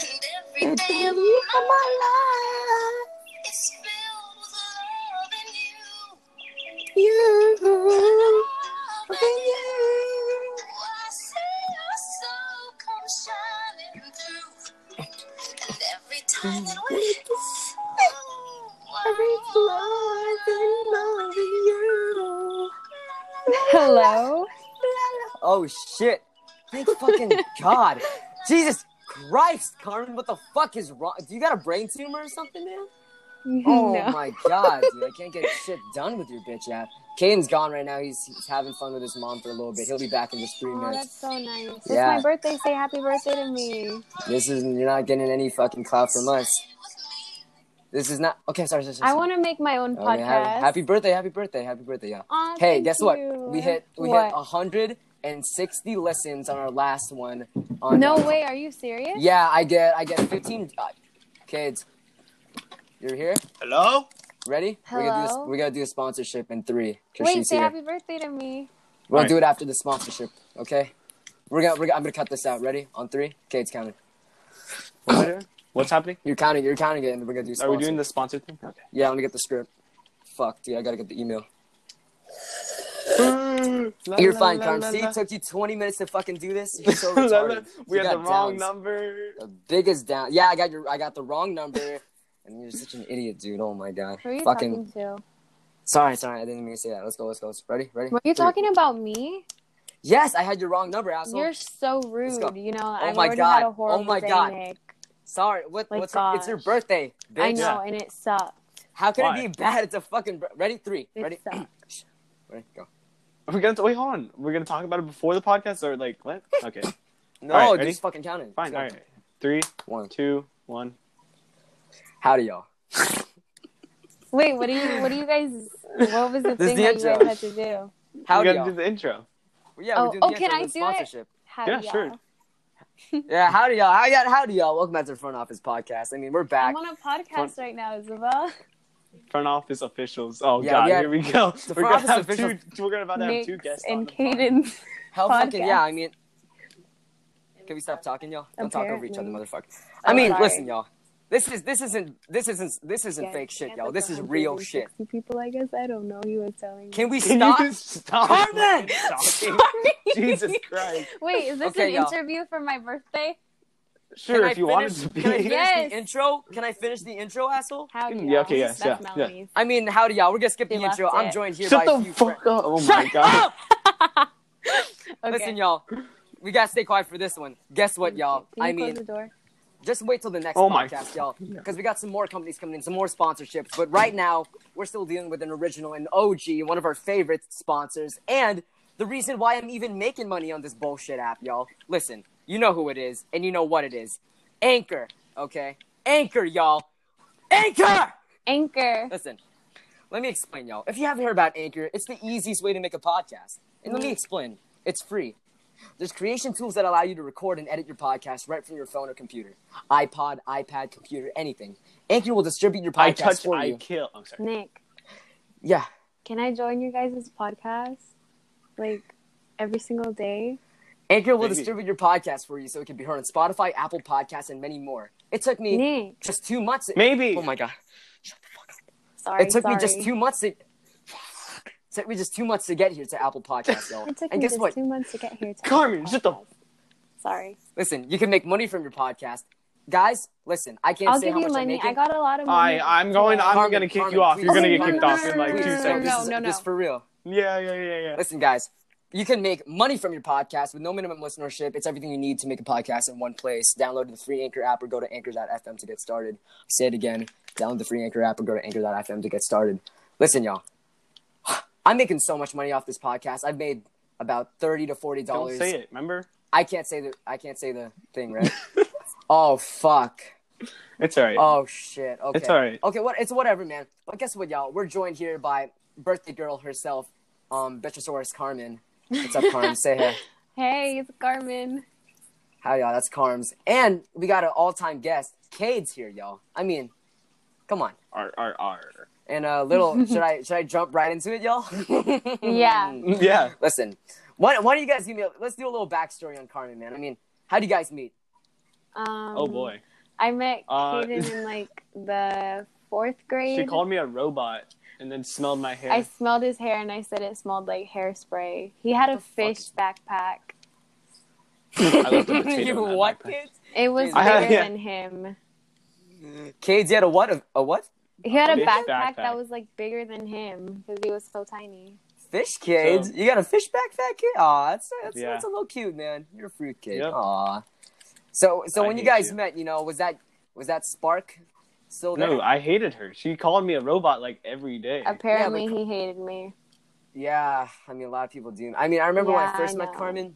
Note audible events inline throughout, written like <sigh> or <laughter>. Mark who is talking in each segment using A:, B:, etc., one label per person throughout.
A: Every day of my life is filled with love and you. You. Love and you. I see your soul come shining through. And every time that we oh,
B: Every flood and love you.
C: Hello? Oh shit. Thank fucking
B: <laughs>
C: God. Jesus Christ, Carmen, what the fuck is wrong? Do you got a brain tumor or something, man? Oh
B: <laughs> No.
C: my god, dude. I can't get shit done with your bitch ass. Caden's gone right now. He's, he's having fun with his mom for a little bit. He'll be back in just three
B: Oh,
C: minutes.
B: that's so nice. It's
C: Yeah.
B: my birthday. Say happy birthday to me.
C: This is you're not getting any fucking clout from us. This is not okay. Sorry, sorry, sorry.
B: I want to make my own
C: sorry. Okay,
B: podcast.
C: ha- happy birthday, happy birthday, happy birthday, yeah.
B: Aw,
C: hey,
B: thank
C: guess what?
B: you.
C: We hit we
B: What?
C: hit 160 lessons on our last one. On
B: No way. Are you serious?
C: Yeah, I get I get 15 uh, kids. You're here.
D: Hello?
C: Ready? We're gonna do
B: Hello?
C: this, we gotta do a sponsorship in three. 'cause
B: Wait,
C: she's
B: say
C: here.
B: happy birthday to me.
C: We'll
D: Alright.
C: do it after the sponsorship, okay? We're gonna, we're gonna I'm gonna cut this out. Ready? On three, Kate's counting.
D: What's happening?
C: You're counting. You're counting it, and we're gonna do.
D: Are
C: Sponsor.
D: we doing the sponsor thing? Okay.
C: Yeah, let me get the script. Fuck, dude, I gotta get the email. You're fine, Carm. See,
D: <laughs>
C: it took you 20 minutes to fucking do this. You're so retarded.
D: we
C: You
D: had the
C: got
D: wrong
C: downs.
D: number.
C: The biggest down. Yeah, I got your. I got the wrong number. And you're such an idiot, dude. Oh my god.
B: Who are you
C: Fucking.
B: talking to?
C: Sorry, sorry. I didn't mean to say that. Let's go. Let's go. Let's- Ready? Ready?
B: Were you
C: Three.
B: talking about me?
C: Yes, I had your wrong number, asshole.
B: You're so
C: Let's go.
B: rude. You know, I've
C: my
B: already
C: God.
B: had a
C: Oh
B: horrible
C: my
B: day,
C: God.
B: Nick.
C: Sorry. What?
B: My
C: what's? It's your
B: gosh.
C: birthday. Bitch.
B: I know, and it sucked.
C: How can
D: Why?
C: it be bad? It's a fucking. br- Ready? Three.
B: It
C: Ready? <clears throat>
B: sucked.
C: Ready? Go.
D: We're gonna wait. Hold on. We're gonna talk about it before the podcast, or like what?
C: <laughs>
D: Okay,
C: No,
D: All right,
C: dude,
D: ready?
C: Oh, just fucking count it. Let's
D: fine.
C: go.
D: All right, three,
C: One.
D: two, one.
C: Howdy, y'all.
B: Wait, what do you? What do you guys? What was the
C: This
B: thing
C: is the
B: that you
C: intro.
B: guys had to do?
C: Howdy,
D: we're gonna
C: y'all.
D: do the intro.
C: Well, yeah,
B: Oh,
C: we're doing the
B: oh,
C: intro
B: can I
C: with
B: do it?
C: sponsorship.
B: How
D: Yeah,
B: do y'all?
D: sure.
C: Yeah, howdy, y'all. How y'all? Howdy, y'all. Welcome back to the Front Office Podcast. I mean, we're back.
B: I'm on a podcast right now, Isabel.
D: Front office officials. Oh
C: Yeah,
D: god,
C: we had-
D: here we go.
C: the
D: We're
C: front
D: gonna
C: office
D: have
C: officials-
D: two. We're gonna about to have two
B: Nick
D: guests. on
B: and
D: the pod.
B: Caden.
C: Hell fucking
B: podcast.
C: yeah. I mean, can we stop talking, y'all? Don't talk over each other,
B: Apparently. Oh,
C: motherfucker. I mean,
B: sorry.
C: listen, y'all. This is this isn't this isn't this isn't
B: Yeah,
C: fake shit,
B: yeah,
C: y'all.
B: that's
C: This is
B: 160
C: real shit.
B: People, I guess I don't know. He was telling me.
C: Can we
D: <laughs> Can
C: stop?
D: you
C: <laughs>
D: stop <laughs>
C: Carmen!
D: fucking talking? Jesus Christ.
B: Wait, is this
C: Okay,
B: an
C: y'all.
B: interview for my birthday?
D: Sure,
C: Can
D: if
C: I
D: you wanted
C: finish-
D: to be.
C: Can I finish
B: Yes.
C: the intro? Can I finish the intro, asshole?
B: How do
D: Yeah,
B: y'all?
D: okay, yes,
B: That's
D: yeah, yeah.
B: Melanie's.
C: I mean, howdy, y'all. We're gonna skip
B: They
C: the intro.
B: left
C: I'm
B: it.
C: joined here
D: Shut
C: by
D: the
C: a few
D: fuck
C: friends.
D: up! Oh my
C: Shut
D: god.
C: up!
B: Okay.
C: Listen, y'all. We gotta stay quiet for this one. Guess what, y'all?
B: Can you
C: I
B: close
C: mean,
B: the door?
C: just wait till the next
D: Oh my-
C: podcast, y'all, because we got some more companies coming in, some more sponsorships. But right now, we're still dealing with an original and OG, one of our favorite sponsors, and the reason why I'm even making money on this bullshit app, y'all. Listen, you know who it is, and you know what it is. Anchor, okay? Anchor, y'all. Anchor.
B: Anchor.
C: Listen, let me explain, y'all. If you haven't heard about Anchor, it's the easiest way to make a podcast. And
B: Mm-hmm.
C: let me explain. It's free. There's creation tools that allow you to record and edit your podcast right from your phone or computer, iPod, iPad, computer, anything. Anchor will distribute your podcast
D: I touch,
C: for
D: I
C: you.
D: kill. I'm sorry.
B: Nick,
C: Yeah.
B: can I join you guys' podcast? Like every single day?
C: Anchor will
D: Maybe.
C: distribute your podcast for you so it can be heard on Spotify, Apple Podcasts, and many more. It took me
B: Nick,
C: just two months.
D: <laughs> Maybe.
C: Oh my god.
B: sorry.
C: it took me just
B: sorry.
C: two months to. <sighs> It took me just two months to get here to Apple
B: <laughs>
C: Podcasts, y'all.
B: It took
C: and
B: me
C: guess
B: just
C: what?
B: two months to get here. To
D: Carmen, shut the-
B: Sorry.
C: Listen, you can make money from your podcast. Guys, listen, I can't
B: I'll
C: say
B: give
C: how much
B: you
C: I'm
B: money.
C: making.
B: I got a lot of money.
D: I, I'm going. I'm
C: Carmen,
D: gonna kick
C: Carmen,
D: you off.
C: please,
D: You're gonna
B: Oh,
D: get
B: no,
D: kicked
B: no,
D: off
B: no,
D: in
B: no,
D: like
B: no,
D: two
B: no,
D: seconds.
C: This is,
B: no, no.
C: this is for real.
D: Yeah, yeah, yeah, yeah.
C: Listen, guys, you can make money from your podcast with no minimum listenership. It's everything you need to make a podcast in one place. Download the free Anchor app or go to anchor.fm to get started. I'll say it again. Download the free Anchor app or go to anchor.fm to get started. Listen, y'all. <sighs> I'm making so much money off this podcast. I've made about 30 to 40
D: Don't
C: dollars.
D: say it. Remember,
C: I can't say the I can't say the thing, right? <laughs> oh fuck.
D: it's alright.
C: Oh shit. Okay.
D: It's all right.
C: Okay, what it's whatever, man. But guess what, y'all? We're joined here by birthday girl herself, um, Betrosaurus Carmen. What's up, Carm? Say
D: <laughs>
C: hey.
B: Hey, it's Carmen.
C: How y'all? That's Carms. And we got an all-time guest, Cade's here, y'all. I mean, come on.
D: R R R.
C: And a little should I should I jump right into it, y'all?
B: Yeah.
D: <laughs> Yeah.
C: <laughs> Listen, why, why don't you guys give me? A, let's do a little backstory on Carmen, man. I mean, how do you guys meet?
B: Um,
D: Oh boy.
B: I met
D: Uh,
B: Kaden in like the fourth
C: <laughs>
B: grade.
D: She called me a robot and then smelled my hair.
B: I smelled his hair and I said it smelled like hairspray. He had a
C: the fuck
B: fish
C: is-
B: backpack.
D: I left
C: <laughs>
D: a potato
C: you
D: in that
C: what,
D: backpack.
C: kids?
B: It was
C: I
B: bigger
D: had- yeah.
B: than him.
C: Kids, you had a what? A, a what?
B: He had a
D: Fish
B: backpack,
D: backpack.
B: that was like bigger than him because he was so tiny.
C: Fish kids?
D: So-
C: you got a fish back fat kid? Aw, that's, that's,
D: Yeah.
C: that's a little cute, man. You're a fruit kid.
D: Yep.
C: Aw. So, so
D: I
C: when you
D: hate
C: guys
D: you.
C: met, you know, was that was that spark still there?
D: No, I hated her. She called me a robot like every day.
B: Apparently,
C: Yeah,
B: he hated me.
C: Yeah, I mean, a lot of people do. I mean, I remember when
B: Yeah,
C: I
B: I
C: first met
B: know.
C: Carmen.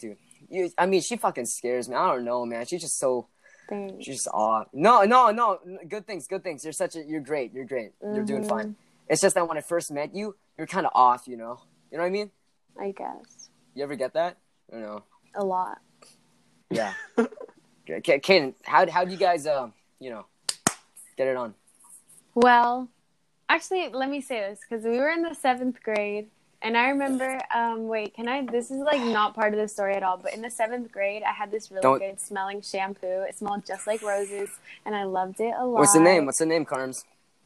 C: Dude, you, I mean, she fucking scares me. I don't know, man. She's just so,
B: Thanks.
C: she's just odd. No, no, no. Good things, good things. You're such a, you're great. You're great. You're doing
B: Mhm.
C: fine. It's just that when I first met you, you're kind of off. You know, you know what I mean?
B: I guess
C: You ever get that? I don't know.
B: a lot.
C: Yeah. Okay, K- Kaden, how how do you guys, uh, you know, get it on?
B: Well, actually, let me say this because we were in the seventh grade, and I remember. Um, wait, can I? This is like not part of the story at all. But in the seventh grade, I had this really
C: Don't-
B: good smelling shampoo. It smelled just like roses, and I loved it a lot.
C: What's the name? What's the name,
B: <laughs>
C: Carms?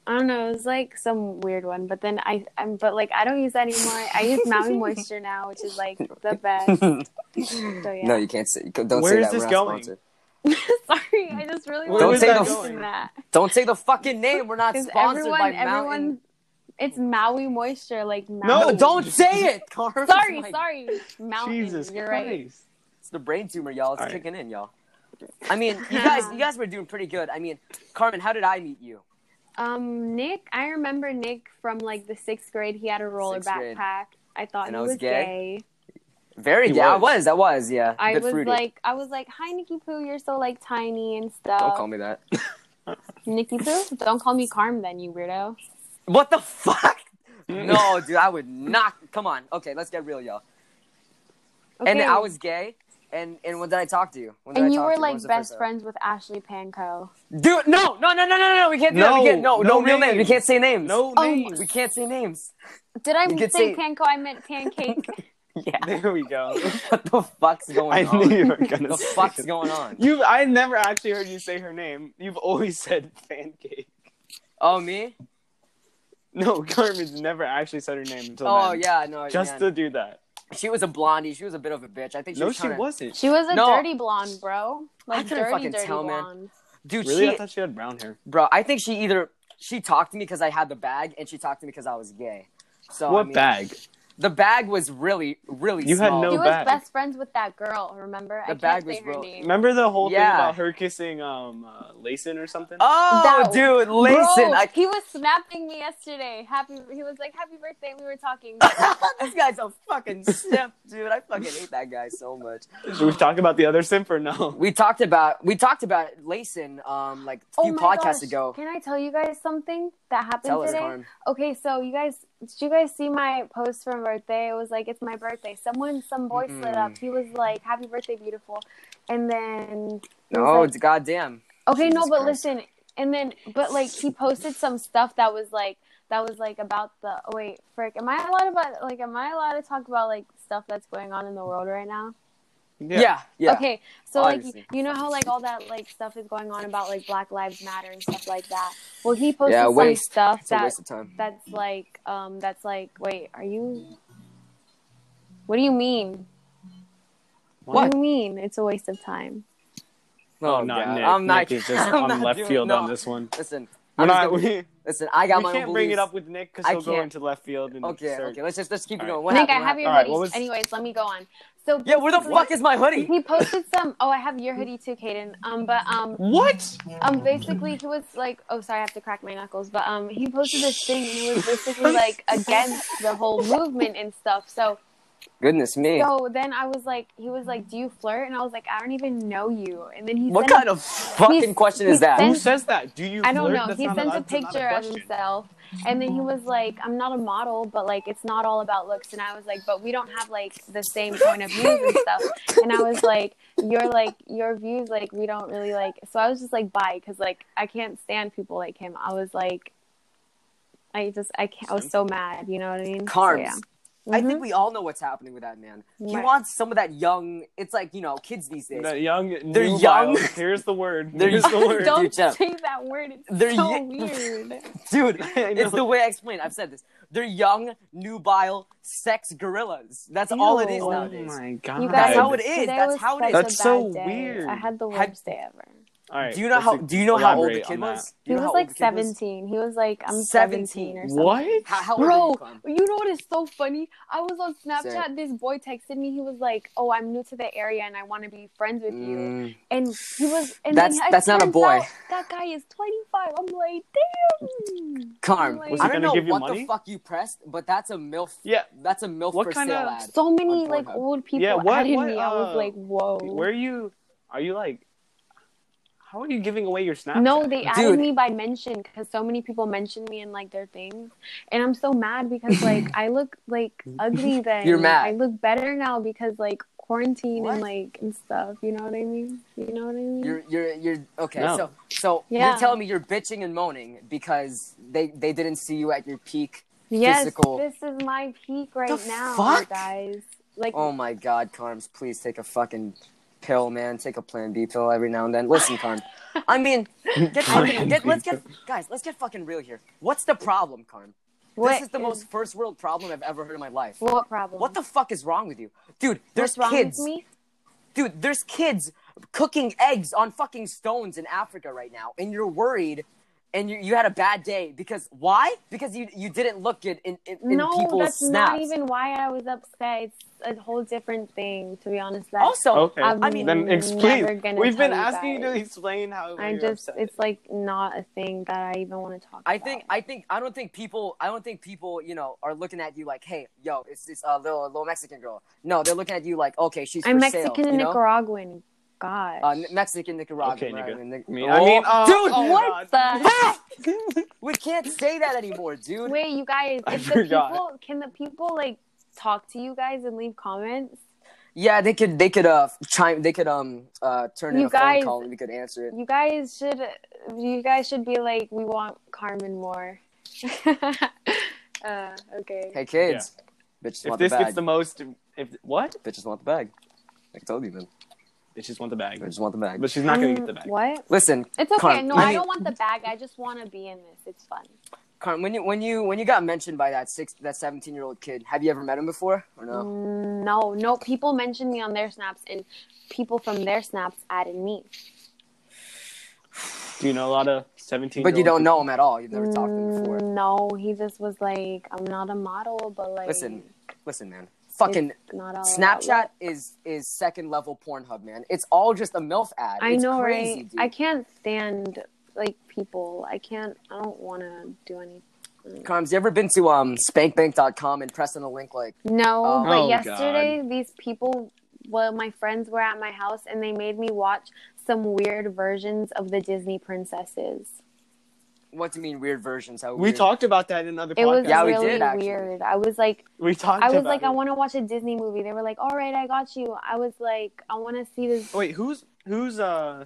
B: I don't know. It was like some weird one. But then I, I'm, but like I don't use that anymore. I use
C: <laughs>
B: Maui Moisture now, which is like the
D: <laughs>
B: best. So yeah.
C: No, you can't say. Don't
D: Where
C: say
D: is
C: that.
D: this
C: We're not
D: going?
C: sponsored.
B: <laughs> Sorry, I just really wanted
D: Where
C: was
B: to
C: that
B: mention
D: going?
B: that.
C: Don't say the fucking name. We're not
B: Because
C: sponsored
B: everyone,
C: by Mountain.
B: everyone, it's Maui Moisture, like
D: No,
C: No,
B: Mountain.
C: don't say it, Carms.
B: sorry,
C: Oh my-
B: sorry, Mountain.
D: Jesus
B: you're
D: Christ.
B: right.
C: It's the brain tumor, y'all. It's
D: All right.
C: kicking in, y'all. I mean, you guys, you guys were doing pretty good. I mean, Carmen, how did I meet you?
B: Um, Nick, I remember Nick from like the sixth grade. He had a roller
C: Sixth grade.
B: backpack. I thought
C: And
B: he
C: I
B: was,
C: was
B: gay.
C: gay? Very
D: He
C: yeah, I
D: was.
C: was, I was, yeah.
B: I
C: Good
B: was
C: fruity.
B: like, I was like, "Hi, Nikki Poo, you're so like tiny and stuff."
C: don't call me that.
B: Nikki Poo. Don't call me Carm, then you weirdo.
C: What the <laughs> fuck?
D: Mm-hmm. <laughs>
C: no, dude, I would not. Come on, okay, let's get real, y'all.
B: Okay.
C: And I was gay. And and when did I talk to you? When did
B: And
C: I
B: you
C: talk
B: were
C: to When
B: like
C: was the first
B: best
C: time?
B: friends with Ashley Panko.
C: Dude, no, no, no, no, no, no, no. We can't do that.
D: No,
C: We can't, no,
D: no
C: no, real names. We
D: names.
C: can't say names.
D: No
B: Oh,
D: names.
C: we can't say names. <laughs>
B: Did I
C: You
B: say,
C: could say-
B: Panko? I meant
C: <laughs>
B: pancake.
C: Yeah.
D: <laughs> There we go.
C: what the fuck's
D: I
C: going
D: knew
C: on?
D: you were <laughs> gonna.
C: The
D: say
C: fuck's
D: it.
C: going on?
D: You've I never actually heard you say her name. You've always <laughs> said pancake.
C: Oh me?
D: No, <laughs> Carmen's never actually said her name until
C: Oh
D: then.
C: yeah, no.
D: Just
C: yeah.
D: to do that.
C: She was a blondie. She was a bit of a bitch. I think she
D: no,
C: was
D: she
C: tryna-
D: wasn't.
B: She was a
C: No.
B: dirty blonde, bro. Like
C: couldn't
B: dirty,
C: fucking
B: dirty
C: tell, man.
B: blonde.
D: <laughs>
C: Dude,
D: Really? I
C: she
D: thought she had brown hair.
C: bro. I think she either she talked to me because I had the bag, and she talked to me because I was gay. So Oh, I
D: what
C: mean,
D: bag?
C: The bag was really, really.
D: You had
C: small.
D: no
B: He was
D: bag.
B: best friends with that girl. Remember?
C: The
B: I can't
C: bag
B: say
C: was
B: her
C: broke.
B: name.
D: Remember the whole
C: Yeah.
D: thing about her kissing um uh, Layson or something?
C: Oh,
B: That-
C: dude,
B: Bro,
C: Layson. I...
B: he was snapping me yesterday. Happy. He was like, "Happy birthday." We were talking.
C: <laughs> this guy's a fucking simp, dude. I fucking hate that guy so much.
D: Should we talk about the other simp or no? <laughs>
C: We talked about we talked about Layson um like a
B: Oh
C: few
B: my
C: podcasts
B: gosh.
C: ago.
B: Can I tell you guys something that happened
C: Tell us,
B: today?
C: Carm.
B: Okay, so you guys, did you guys see my post from birthday? It was like, it's my birthday. Someone, some boy slid
C: Mm-mm.
B: up. He was like, happy birthday, beautiful. And then. he was
C: No,
B: like-
C: it's goddamn.
B: okay, no,
C: Jesus
B: but
C: Christ.
B: listen. And then, but like, he posted some stuff that was like, that was like about the. Oh, wait, frick. Am I allowed about, like, am I allowed to talk about like stuff that's going on in the world right now?
C: <laughs> Yeah, yeah.
B: Okay, so
C: Obviously.
B: like you know how like all that like stuff is going on about like Black Lives Matter and stuff like that. Well, he posted
C: Yeah,
B: some
C: waste.
B: stuff
C: It's a
B: that
C: waste of time.
B: that's like um that's like wait are you what do you mean what,
C: What?
B: do you mean it's a waste of time
D: Oh, not
C: God.
D: Nick.
C: I'm not. <laughs>
D: Nick is just
C: I'm
D: on
C: not
D: left
C: doing-
D: field
C: no.
D: on this one.
C: Listen,
D: We're
C: I'm just
D: not,
C: gonna-
D: we,
C: listen. I got
D: we
C: my
D: can't
C: own
D: bring it
C: beliefs.
D: up with Nick because
C: I
D: he'll go
C: can't.
D: into left field and
C: Okay,
D: search.
C: okay. Let's just let's keep it
D: All
C: going. What
B: Nick
C: happened?
B: I have your
D: All right,
B: hoodie
D: what was-
B: anyways let me go on so
C: Yeah, where the
B: basically,
C: fuck is my hoodie?
B: he posted some oh I have your hoodie too Kaden um but um
D: What?
B: um basically he was like oh sorry I have to crack my knuckles but um he posted this thing and it was basically like against the whole movement and stuff so
C: Goodness me.
B: so then I was like he was like do you flirt and I was like I don't even know you and then he
C: what
B: sent a
C: kind of fucking
B: he's-
C: question
B: he
C: is that?
D: Who
B: sent-
D: says that? Do you?
B: I don't
D: flirt?
B: know.
D: That's
B: He
D: not
B: sent a
D: that's not
B: picture of
D: question.
B: himself, and then he was like, "I'm not a model, but like it's not all about looks." And I was like, "But we don't have like the same point of views and stuff." And I was like, "Your like your views like we don't really like." So I was just like, "Bye," because like I can't stand people like him. I was like, I just I can't. I was so mad. You know what I mean? So,
C: Carms.
B: yeah. Mm-hmm.
C: I think we all know what's happening with that man. He
B: Right.
C: wants some of that young. It's like you know, kids these days.
D: That young,
C: They're
D: nubile-
C: young.
D: Here's the word.
C: They're
D: Here's the
B: <laughs>
D: word.
B: Don't
C: dude, Jeff.
B: say that word.
C: <laughs>
B: It's
C: They're
B: so
C: ye-
B: weird.
C: Dude,
D: <laughs> <laughs> I know.
C: it's the way I explain. it. I've said this. They're young, nubile, sex gorillas. That's all it is
B: Ew.
D: oh
C: nowadays.
D: my god.
B: You
C: That's
B: guys,
C: how it is.
B: today
C: That's
B: was
C: how it
B: such
C: is.
B: a
D: That's so
B: bad day.
D: weird.
B: I had the worst
C: Had-
B: day ever.
D: All right.
C: Do you know
D: let's
C: how?
D: ex-
C: Do you know how old the
D: elaborate
C: kid
D: on that.
C: was? Do
B: He
C: you know
B: was
C: how
B: like
C: old the kid was?
B: 17. He was like, I'm 17 or something.
D: What?
C: How, how old were you,
B: Bro,
C: Clem?
B: you know what is so funny? I was on
C: Say it.
B: Snapchat. This boy texted me. He was like, "Oh, I'm new to the area and I want to be friends with you."
D: Mm.
B: And he was,
C: Mm.
B: and
C: That's-
B: then it
C: that's not a
B: turns
C: boy.
B: out that guy is 25. I'm like, damn.
C: Carm,
B: Like-
D: Was
C: I
D: he
C: don't
D: gonna
C: know
D: give you
C: what
D: money?
C: the fuck you pressed, but that's a milf.
D: Yeah.
C: That's a milf
D: What
C: for
D: kind
C: sale
D: of-
C: ad.
B: So many
C: On
B: like
C: Pornhub.
B: old people
D: Yeah, what-
B: added
D: what,
B: me. I was
D: uh,
B: like, whoa.
D: Where are you? Are you like? How are you giving away your Snapchat?
B: No, they added
C: Dude.
B: me by mention because so many people mentioned me in like their things, and I'm so mad because like
C: <laughs>
B: I look like ugly then.
C: You're mad.
B: I look better now because like quarantine
C: What?
B: and like and stuff. You know what I mean? You know what I mean?
C: You're you're you're okay.
D: No.
C: So so
B: Yeah.
C: you're telling me you're bitching and moaning because they they didn't see you at your peak.
B: yes,
C: physical-
B: this is my peak right
C: The
B: now, you
C: fuck?
B: guys. Like,
C: Oh my God, Carms, please take a fucking pill, man. Take a Plan B pill every now and then. Listen, Carm. I mean, get, fucking, get let's get guys, let's get fucking real here. What's the problem, Carm?
B: what
C: this is the most first world problem I've ever heard in my life.
B: What problem?
C: What the fuck is wrong with you, dude? There's
B: What's wrong
C: kids.
B: with me?
C: dude there's kids cooking eggs on fucking stones in africa right now and you're worried and you, you had a bad day because why because you you didn't look good in, in, in
B: No,
C: people's
B: that's
C: snaps
B: not even why I was upset. It's a whole different thing, to be honest. That
C: also
D: Okay.
B: I'm
C: I mean,
D: then
B: never
D: explain.
B: gonna
D: We've been
B: tell you
D: asking you
B: guys.
D: to explain how.
B: I
D: you're
B: just
D: upset.
B: it's like not a thing that I even want to talk
C: i
B: about.
C: think i think i don't think people i don't think people you know are looking at you like hey yo it's this uh, little little mexican girl no they're looking at you like okay she's
B: I'm
C: for
B: Mexican
C: sale,
B: and
C: you know?
B: Nicaraguan. God.
C: uh, N- Mexican, Nicaraguan.
D: Okay,
C: right?
D: nigga.
C: And Nic-
D: Me- I mean,
C: Oh,
D: uh,
C: dude,
D: oh,
B: what
D: God.
B: the
C: we can't say that anymore, <laughs>
B: <laughs>
C: dude.
B: Wait, you guys,
D: I
B: if the
D: forgot.
B: people can the people like talk to you guys and leave comments?
C: Yeah, they could they could uh chime they could um uh turn in
B: You
C: a
B: guys-
C: phone call and we could answer it.
B: You guys should you guys should be like we want Carmen more. <laughs> uh, okay.
C: Hey kids, bitches
D: If
C: want
D: this
C: the bag.
D: gets the most, if what?
C: Bitches want the bag. I told you, man.
D: They just want the bag,
C: Bitches want the bag.
D: but she's not gonna
B: Um,
D: get the bag.
B: What?
C: Listen,
B: It's okay.
C: Carmen,
B: no,
C: I
B: I,
C: mean-
B: don't want the bag. I just want to be in this. It's fun.
C: Carm, when you when you when you got mentioned by that six that seventeen year old kid, have you ever met him before or no?
B: Mm, No, no. People mentioned me on their snaps, and people from their snaps added me.
D: Do you know a lot of seventeen?
C: But you don't know him at all. You've never talked to him before.
B: Mm, No, he just was like, I'm not a model, but like,
C: Listen, listen, man. Fucking
B: it's uh, not all about
C: Snapchat is is second level Pornhub, man. It's all just a milf ad.
B: looks. I
C: It's
B: know,
C: crazy,
B: right?
C: Dude.
B: I can't stand like people. I can't. I don't want to do anything.
C: Carms, you ever been to um spankbank.com and pressing a link like
B: No,
C: Oh.
B: but
D: Oh,
B: yesterday these people, well, my friends were at my house, and they made me watch some weird versions of the Disney princesses.
C: what do you mean weird versions? How
D: We
C: weird?
D: talked about that in other
B: It was
D: podcasts.
C: Yeah, we
B: really
C: did, actually.
B: weird. I was like,
D: we talked.
B: I was
D: about
B: like,
D: it.
B: I want to watch a Disney movie. They were like, all right, I got you. I was like, I want to see this.
D: Wait, who's who's uh?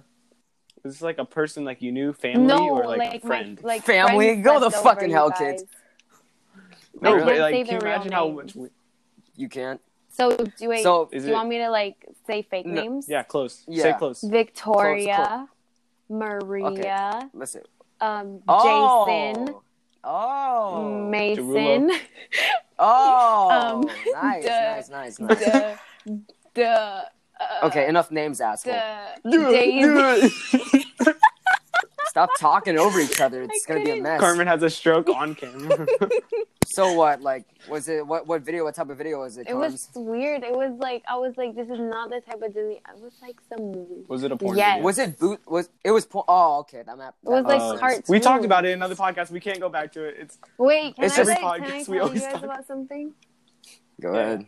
D: Is this like a person like you knew, family,
B: no,
D: or like, a
B: my-
D: friend?
B: like
C: Family?
B: friends
C: Go the
B: slept
C: fucking hell,
B: over you
C: kids.
B: guys.
D: no,
B: I
D: but
B: can't
D: like,
B: say
D: can you
B: their real
D: imagine how much?
B: names.
D: We,
C: You can't.
B: So do wait,
C: So-
D: Is
B: do
D: it-
B: you want me to like say fake
C: No,
B: names?
D: yeah, close. Say
C: Yeah.
D: close.
B: Victoria, Maria,
C: Listen.
B: um,
C: Oh.
B: Jason,
C: Oh.
B: Mason,
C: Oh,
B: Um,
C: <laughs> nice,
B: duh.
C: nice, nice, nice.
B: <laughs> the, the, uh,
C: Okay, enough names, asshole.
B: the Daisy.
D: Dude,
C: Stop talking over each other.
B: <laughs> I
C: It's gonna be a
B: couldn't-
C: mess.
D: Carmen has a stroke
B: <laughs>
D: on camera. <laughs>
C: So what? Like, was it what? What video? What type of video was it?
B: It was weird. It was like I was like, this is not the type of Disney. I was like some
D: was it a porn?
B: Yes.
D: video? Uh,
C: Was it boot? Was it was? Po- oh, okay. That map.
B: It was
C: that
B: like
C: makes sense.
B: cartoon.
D: We talked about it in another podcast. We can't go back to it. It's
B: Wait, can
C: It's
B: I,
C: every
B: like, can
D: podcast
B: I
D: we
B: tell you
D: always
B: guys
D: talk-
B: about something?
C: Go ahead.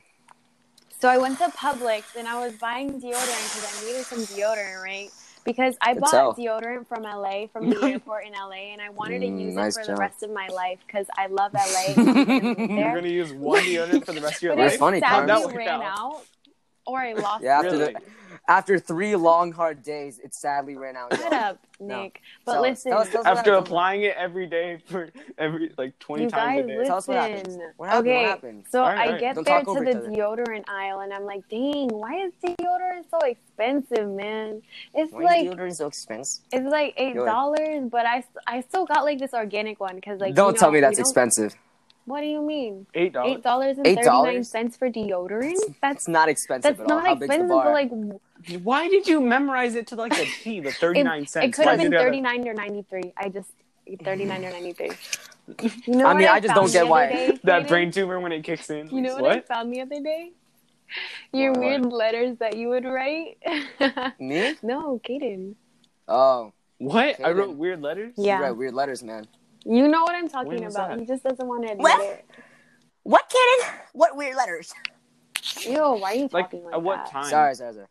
B: So I went to Publix and I was buying deodorant because I needed some deodorant, right? Because I
C: Good
B: bought
C: sell.
B: deodorant from LA,
C: <laughs>
B: from the airport in LA, and I wanted to
C: Mm,
B: use
C: nice
B: it for
C: job.
B: the rest of my life because I
C: <laughs>
B: love LA. and I wanna move
D: you're
B: there.
D: gonna use one deodorant for the rest of your
B: <laughs> But
C: We're
D: life.
B: it
C: funny,
B: sadly
D: How'd that work
B: ran
D: out?
B: out. or I lost.
C: Yeah, after
B: it.
D: Really?
C: the after three long hard days, it sadly ran
B: <laughs>
C: out.
B: Shut
C: y'all.
B: up,
C: <laughs> No.
B: Nick. But
C: Tell us-
B: listen,
C: tell us- tell us what
D: After
C: happened.
D: applying it every day for every like twenty
B: you
D: times
B: guys
D: a day.
B: listen.
C: Tell us what happened. What happened? What
B: Okay,
C: happened?
B: so
D: All right,
B: I
D: all right.
B: get
C: Don't
B: there
C: talk
B: to
C: over
B: the
C: each other.
B: deodorant aisle, and I'm like, dang, why is deodorant so expensive, man? It's
C: Why
B: like
C: is deodorant so expensive?
B: it's like eight
C: Go
B: dollars, but I I still got like this organic one because like
C: don't
B: you
C: tell
B: know,
C: me that's
B: you don't-
C: expensive.
B: What do you mean?
D: Eight dollars.
B: Eight dollars and
C: Eight
B: thirty nine
C: dollars?
B: cents for deodorant? That's
C: It's not expensive
B: that's
C: at all.
B: not
C: How big's the
B: expensive,
C: bar?
B: but like w-
D: Why did you memorize it to like a T? The thirty nine
B: <laughs>
D: cents.
B: it could have
D: Why
B: been
D: did you
B: thirty nine or ninety three. I just thirty nine or ninety three. You know
C: <laughs> I
B: what
C: mean, I just don't
B: found
C: get
B: the other
C: why-
B: day,
D: That
B: Kaden?
D: brain tumor when it kicks in.
B: You know what, I
D: what?
B: found the other day? Your
C: What?
B: weird letters that you would write. <laughs>
C: me?
B: no, Kaden.
C: Oh,
D: What? I wrote
C: Kaden.
D: weird letters.
B: Yeah.
C: you write weird letters, man.
B: You know what I'm
D: When
B: talking
D: was
B: about.
D: that?
B: He just doesn't want to admit
A: What?
B: it.
A: What kidding? What weird letters?
B: Ew, why are you
D: Like,
B: talking like
D: at what
B: that?
D: time?
C: Sorry, sorry, sorry.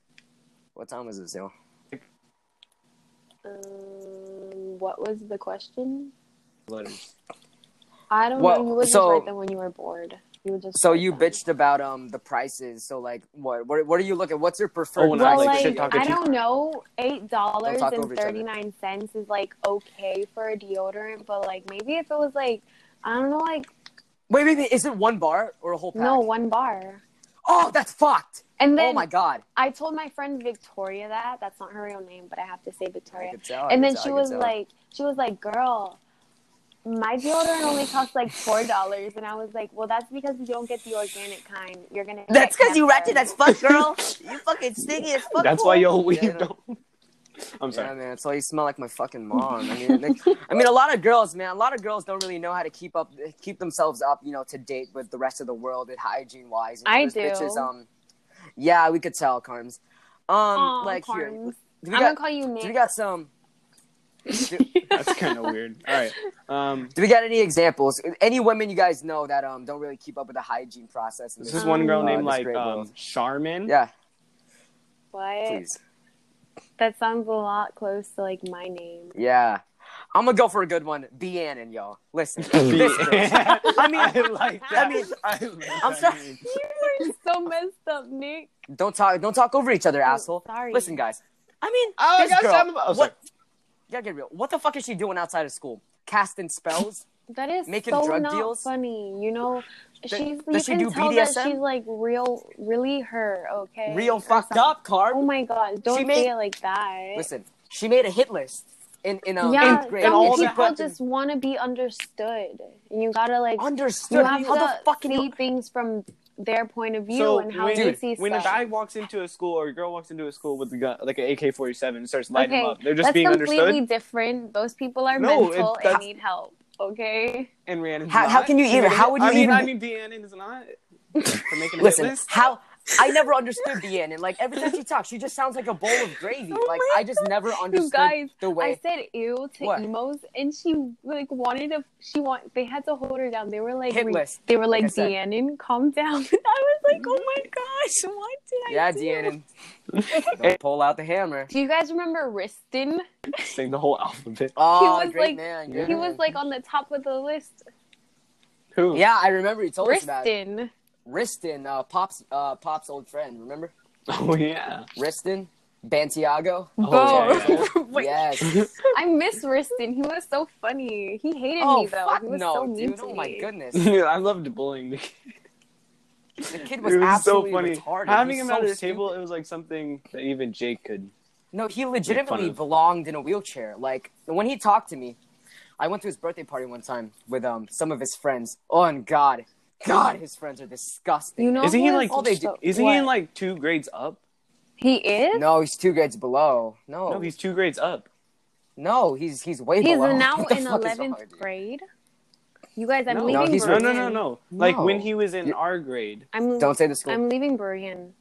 C: What time was this, yo?
B: Um, what was the question?
D: Letters.
B: I don't
C: Well,
B: know. You would
C: so-
B: just write them when you were bored. You would just
C: So
B: write
C: you
B: them.
C: bitched about um the prices. So like, what what, what are you looking? What's your preferred?
D: Oh, when I,
B: Well,
D: like,
B: like,
D: shit talk at
B: I
D: you.
B: don't know. Eight dollars
C: talk
B: and
C: over each other.
B: thirty nine cents is like okay for a deodorant, but like maybe if it was like I don't know, like
C: Wait, wait, wait. Is it one bar or a whole pack?
B: no one bar.
C: Oh, that's fucked.
B: And
C: oh
B: then
C: my god.
B: I told my friend Victoria that. That's not her real name, but I have to say
C: I
B: Victoria.
C: could tell. I
B: and
C: could
B: then
C: Oh, tell, I
B: she
C: could
B: was
C: tell.
B: like, she was like, girl, my deodorant only costs like four dollars, and I was like, well, that's because you don't get the organic kind. You're gonna.
A: That's
B: get
A: because you
B: cancer."
A: ratchet as fuck, girl. you fucking stinky as fuck.
D: That's why
A: fool.
D: you'll leave.
C: Yeah, I
D: don't. <laughs> I'm
C: Yeah,
D: sorry.
C: man, that's why you smell like my
D: <laughs>
C: fucking mom. I mean, like, I mean, a lot of girls, man, a lot of girls don't really know how to keep up, keep themselves up, you know, to date with the rest of the world and hygiene wise.
B: I do.
C: Bitches, um, yeah, we could tell, Carms. Um,
B: Aw,
C: like here,
B: Carms.
C: do we
B: I'm gonna
C: got,
B: call you Nick.
C: do
B: <laughs>
C: we got some?
D: That's kind of weird. All right. Um,
C: Do we got any examples? Any women you guys know that um don't really keep up with the hygiene process? in
D: this
C: this-
D: is one girl
B: Um,
D: named
C: uh, this
D: like
C: great
D: um,
C: world.
D: Charmin.
C: yeah,
B: what?
C: please,
B: That sounds a lot close to like my name.
C: <laughs> yeah. I'm gonna go for a good one. Rhiannon, y'all.
D: <laughs>
C: Listen, <laughs> this girl.
D: I mean, I like that.
C: I mean,
D: I like
C: I'm
D: that
C: sorry.
D: name. <laughs>
B: You are so messed up, Nick.
C: Don't talk. Don't talk over each other, asshole.
B: Oh, sorry.
C: Listen, guys. I mean,
D: Oh,
C: this
D: guys,
C: girl.
D: I'm- oh, sorry.
C: what? Yeah, get real. What the fuck is she doing outside of school? Casting spells.
B: That is
C: Making
B: so
C: drug
B: not
C: deals?
B: funny. You know, she's you
C: does she
B: can
C: do
B: tell that
C: BDSM?
B: she's like real, really her. <laughs> Okay,
C: Real
B: Or
C: fucked
B: something.
C: up, Carm.
B: Oh my god! Don't
C: She
B: say
C: made-
B: it like that.
C: Listen, she made a hit list in in um,
B: yeah,
C: eighth grade.
B: some
D: and all that
B: people
D: happened-
B: just want to be understood, and you gotta like
C: Understood.
B: you have
C: How the
B: to
C: fuck can
B: see
C: you?
B: things from their point of view
D: So
B: and how
D: when,
B: they see
D: when a
B: stuff.
D: guy walks into a school or a girl walks into a school with a gun, like an AK forty seven, and starts lighting
B: okay,
D: them up, they're just
B: that's
D: being
B: completely
D: understood.
B: different. Those people are
D: No, it-
B: mental and
D: that's-
B: need help. Okay.
D: And Rhiannon's
C: How-
D: not.
C: how can you
D: She's
C: even-
D: making-
C: how would you
D: I mean,
C: even-
D: I mean, Rhiannon is
C: <laughs>
D: not. For making a hit
C: <laughs> Listen,
D: list. <laughs>
C: how? I never understood Rhiannon. Like every time she talks, she just sounds like a bowl of gravy.
B: <laughs> Oh
C: Like
B: my
C: I just never understood
B: guys,
C: the
B: I
C: way.
B: said ew to
C: What?
B: emos, and she like wanted to. She want they had to hold her down. They were like
C: Hit
B: re-
C: list,
B: they were
C: like I
B: like,
C: said.
B: Deannon, calm down. <laughs> I was like, oh my gosh, what did I
C: Yeah,
B: do?
C: Deannon. <laughs> Don't pull out the hammer.
B: Do you guys remember Riston?
D: Sing the whole alphabet.
C: Oh,
B: was
C: great
B: like-
C: man.
D: he
C: Great
B: He
C: man.
B: was like on the top of the list.
D: Who?
C: <laughs> Yeah, I remember you told us about it.
B: Riston.
C: Riston, uh, Pop's uh, Pop's old friend, remember?
D: <laughs> Oh yeah.
C: Riston, Bantiago.
D: Oh, yeah, yeah.
B: Bo. <laughs> Wait,
C: Yes.
B: I miss Riston. He was so funny. He hated
C: oh
B: me though.
C: fuck
B: he was
C: no,
B: so mean
C: dude!
B: to
C: Oh my
B: me.
C: goodness, the
D: Dude, <laughs> I loved bullying the kid.
C: kid
D: <laughs> It
C: was,
D: was so
C: absolutely
D: funny.
C: retarded.
D: Having
C: He was
D: him
C: so
D: at his
C: stupid.
D: table, it was like something that even Jake could.
C: No, he legitimately
D: of.
C: belonged in a wheelchair. Like when he talked to me, I went to his birthday party one time with um some of his friends. Oh, and God, God, his friends are disgusting.
B: You know
D: Isn't he
B: who
D: like?
C: all they do-
D: Isn't he in
B: what?
D: like two grades up?
B: He is.
C: No, he's two grades below. No,
D: No, he's two grades up.
C: no, he's he's way
B: He's
C: below.
B: now
C: <laughs> What the fuck
B: in
C: is wrong
B: eleventh
C: with you?
B: grade. You guys, I'm
D: No,
B: leaving.
C: no, he's-
D: No,
B: Berlin.
D: no, no, no. Like
C: No.
D: when he was in
C: You-
D: our grade.
B: I'm
C: Don't say the school.
B: I'm leaving Korean.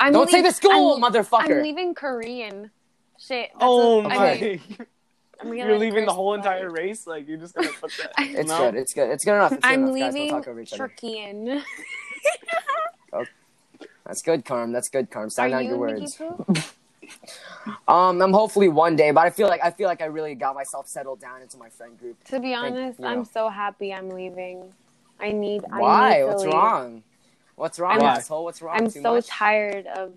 B: I'm
C: Don't say
B: leav-
C: the school,
B: I'm,
C: motherfucker.
B: I'm leaving Korean. Shit. that's
D: Oh
B: a-
D: my!
B: okay, I'm gonna
D: <laughs> You're leaving the
B: curse
D: whole
B: the fuck.
D: entire
B: <laughs>
D: race. Like you're
C: <laughs>
D: just gonna put that. <laughs>
C: It's
D: No.
C: good. It's good. It's good enough. It's good
B: I'm
C: enough, Guys. We'll
B: leaving
C: talk over each other.
B: Turkian.
C: That's good, Carm. That's good, Carm.
B: Are
C: Sound out your
B: you Nikki
C: words.
B: Poo?
C: Um, I'm hopefully one day, but I feel like I feel like I really got myself settled down into my friend group.
B: To be honest,
C: you.
B: I'm so happy I'm leaving. I need. I
C: Why?
B: need to
C: What's
B: leave.
C: wrong? What's wrong,
D: I'm-
C: asshole? What's wrong?
B: I'm
C: Too
B: so
C: much?
B: tired of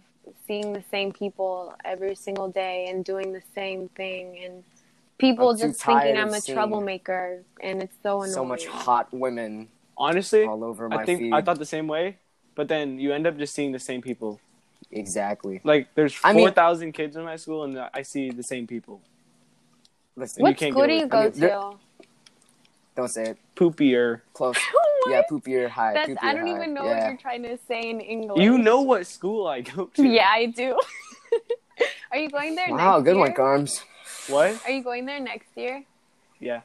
B: seeing the same people every single day and doing the same thing and people
C: I'm too
B: just
C: tired
B: thinking
C: of
B: I'm a
C: seeing
B: troublemaker and it's so annoying.
C: So much hot women
D: Honestly,
C: all over my
D: I think
C: feed.
D: I thought the same way, but then you end up just seeing the same people.
C: exactly.
D: Like there's
C: I mean-
D: four thousand kids in my school, and I see the same people.
C: Listen,
D: What?
B: What
D: you can't
B: school do
D: get away
B: you
D: from
B: go
C: it.
B: to?
C: There- don't say it.
D: Poopier.
C: Close.
B: <laughs> What?
C: <laughs> Yeah, poopier high.
B: That's,
C: poopier
B: I don't
C: high.
B: even know what
C: Yeah.
B: you're trying to say in English.
D: You know
B: <laughs>
D: what school I go to?
B: Yeah, I do. <laughs> Are you going there next year?
C: Wow, good one, Carms.
D: What?
B: Are you going there next year?
D: Yeah.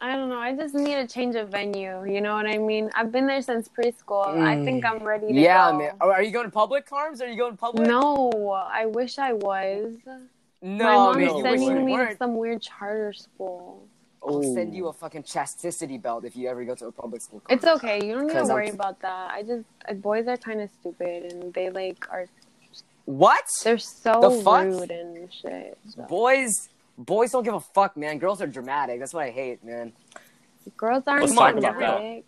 B: I don't know. I just need a change of venue. You know what I mean? I've been there since preschool. I think I'm ready to
C: Mm. Yeah,
B: go.
C: man. Oh, Are are you going public, Carms? Are you going public?
B: No, I wish I was. My
C: no,
B: mom
C: man.
B: is
C: you wish you
B: sending me to
C: weren't.
B: some weird charter school.
C: I'll send you
D: Oh.
C: a fucking chasticity belt if you ever go to a public school.
B: It's
C: Carms.
B: okay. You don't need to
C: 'Cause I'm-
B: worry about that. I just uh, boys are kind of stupid and they like are
C: What?
B: they're
C: The
B: so
C: fuck?
B: rude and shit. So-
C: Boys, boys don't give a fuck, man. Girls are dramatic. That's what I hate, man.
B: Girls aren't
D: Let's talk
B: dramatic.
D: about that.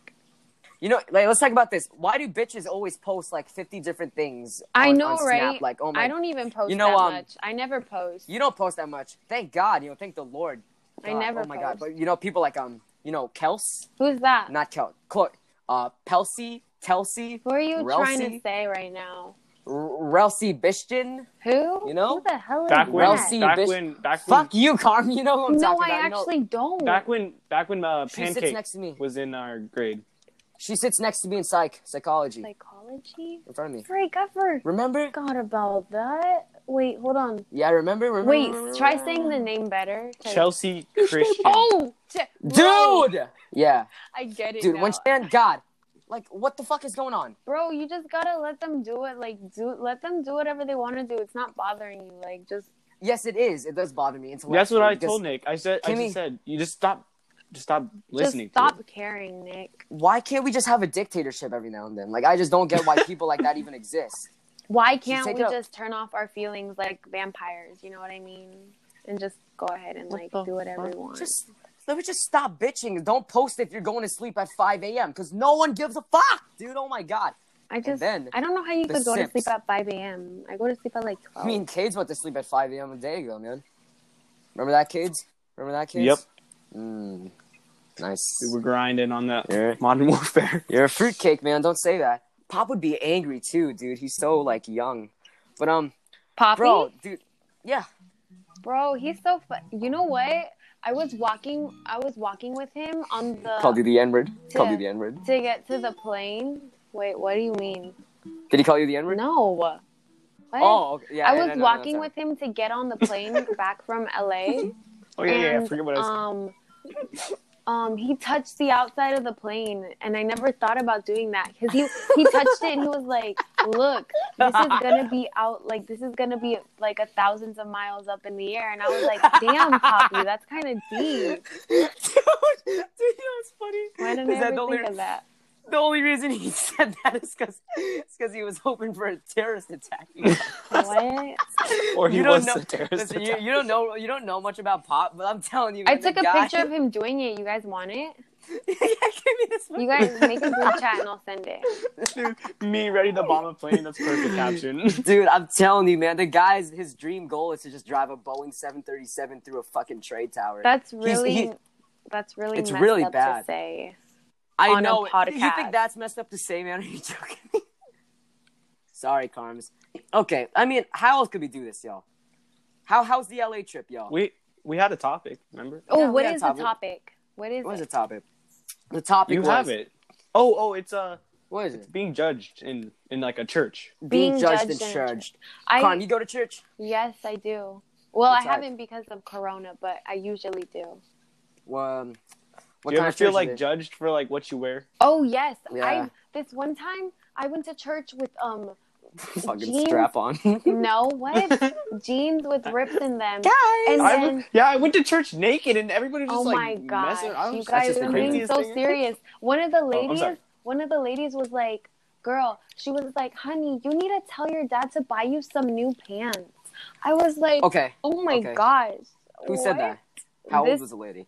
C: You know, like, let's talk about this. Why do bitches always post like fifty different things?
B: I
C: on-
B: know,
C: on Snap?
B: right?
C: Like, oh my,
B: I don't even post
C: You know,
B: that
C: um,
B: much. I never post.
C: you don't post that much. Thank God, you know, thank the Lord.
B: I
C: God,
B: never
C: Oh my God,
B: post.
C: but you know, people like um, you know, Kels,
B: Who's that?
C: not Kel, Cl- uh, Pelsey, Telsey,
B: Who are you trying to
C: Relcy?
B: say right now?
C: R- Relsey Bishton.
B: Who?
C: You know?
B: Who the hell is
D: Back when,
C: Well,
B: that?
C: see,
D: back
C: bitch.
D: when, back when,
C: Fuck you, Carm. <laughs> You know who I'm
B: no,
C: talking
B: I
C: about. You know-
B: actually don't.
D: back when, back when uh,
C: She sits
D: Pancake
C: next to me.
D: was in our grade.
C: she sits next to me in psych, psychology,
B: Psychology?
C: in front of me.
B: Freak, I forgot
C: Remember?
B: about that. Wait, hold on.
C: Yeah, remember. remember
B: Wait,
C: remember,
B: try
C: remember.
B: saying the name better. 'cause-
D: Chelsea Christian.
B: Oh, Ch- bro,
C: Dude. Yeah,
B: I get it,
C: dude. When
B: now.
C: and God, like, what the fuck is going on?
B: bro, you just gotta let them do it. Like, do let them do whatever they want to do. It's not bothering you. Like, just
C: Yes, it is. It does bother me. Intellectually.
D: That's what I
C: because-
D: told Nick. I said, I
C: Kimmy-
D: just said, you just stop, just stop listening.
B: just
D: to
B: stop
D: it.
B: caring, Nick.
C: Why can't we just have a dictatorship every now and then? Like, I just don't get why people like that even exist.
B: <laughs> Why can't
C: take
B: we
C: it up.
B: just turn off our feelings like vampires? You know what I mean? And just go ahead and like do whatever we want.
C: Just let me just stop bitching. and Don't post if you're going to sleep at 5 a.m. because no one gives a fuck, dude. Oh my god.
B: I just
C: then
B: I don't know how you
C: the
B: could go
C: simps.
B: to sleep at 5 a.m. I go to sleep at like 12.
C: I mean, Cades went to sleep at 5 a.m. a day ago, man. Remember that, Cades? Remember that, Cades?
D: Yep,
C: Mm, nice.
D: we were grinding on that
C: Yeah.
D: Modern Warfare. <laughs>
C: You're a fruitcake, man. Don't say that. Pop would be angry too, dude. He's so like young. But um,
B: Poppy,
C: bro,
B: bro,
C: dude, yeah.
B: he's so fun. You know what? I was walking. I was walking with him on the
C: Called you the N word. Called
B: Uh, Yeah.
C: you the N word.
B: to get to the plane. Wait, what do you mean?
C: Did he call you the N word?
B: No. What?
C: Oh, okay. yeah.
B: I
C: yeah,
B: was
C: no, no, no,
B: walking
C: sorry.
B: with him to get on
C: <laughs>
B: the plane back from LA.
D: Oh yeah, yeah, yeah.
B: And,
D: Forget what I was.
B: Um, um, he touched the outside of the plane, and I never thought about doing that because he he touched it and he was like, "Look, this is gonna be out like this is gonna be like a thousands of miles up in the air," and I was like, "Damn, Poppy, that's kind of
C: <laughs>
B: deep."
C: dude, dude, you know what's funny?
B: Why didn't
C: Is that
B: I ever
C: the
B: think
C: only- <laughs>
B: of that?
C: The only reason he <laughs> said that is because because he was hoping for a terrorist attack. <laughs>
B: What?
D: or he
C: you don't
D: was
C: know-
D: a terrorist.
C: Listen, you,
D: attack.
C: you don't know you don't know much about pop, but I'm telling you,
B: I
C: man, the
B: took a
C: guy-
B: picture of him doing it. You guys want it?
C: <laughs> yeah, give me this one.
B: You guys make
C: <laughs>
B: a group chat and I'll send it.
D: Dude, me ready to bomb a plane. That's
B: <laughs>
D: perfect caption.
C: Dude, I'm telling you, man, the guy's his dream goal is to just drive a Boeing 737 through a fucking trade tower.
B: That's
C: He's-
B: really.
C: he-
B: that's really
C: It's
B: messed
C: really
B: up
C: bad.
B: to say.
C: I
B: on a
C: know. it. You think
B: podcast.
C: that's messed up to say, man? <laughs> Are you joking? me? Sorry, Carms. Okay, I mean, how else could we do this, y'all? How how's the LA trip, y'all?
D: we we had a topic. Remember?
B: Oh,
C: Yeah, we
B: what
C: had a
B: is the
C: topic.
B: topic? What is
C: What was
B: it?
C: the topic? The topic.
D: You
C: was,
D: have it. Oh, oh, it's uh
C: What is it?
D: being judged in in like a church.
C: Being, judged, and
B: in-
C: charged.
B: I
C: Carm, you go to church?
B: yes, I do. Well,
C: What
B: I
C: type?
B: haven't because of Corona, but I usually do.
C: Um, what
D: Do you
C: kind
D: ever
C: of church
D: feel
C: is
D: like
C: it?
D: judged for like what you wear? <laughs>
B: Oh yes,
C: Yeah.
B: I this one time I went to church with
C: <laughs>
B: um
C: <laughs> fucking
B: jeans?
C: strap
B: <laughs>
C: on? Guys,
B: no what jeans with rips in them. And
D: I
B: then-
D: went- yeah, I went to church naked and everybody was
B: Oh
D: just
B: my
D: like
B: gosh,
D: messing. I
B: you
D: was,
C: that's
B: guys
C: just the
B: are being
C: craziest Oh,
B: so
D: thing.
B: serious. One of the
D: I'm
B: ladies,
D: sorry.
B: one of the ladies was like, "Girl," she was like, "Honey, you need to tell your dad to buy you some new pants." I was like,
C: Okay,
B: "Oh my
C: okay.
B: gosh."
C: who said that?
B: what?
C: How
B: This-
C: old was the lady?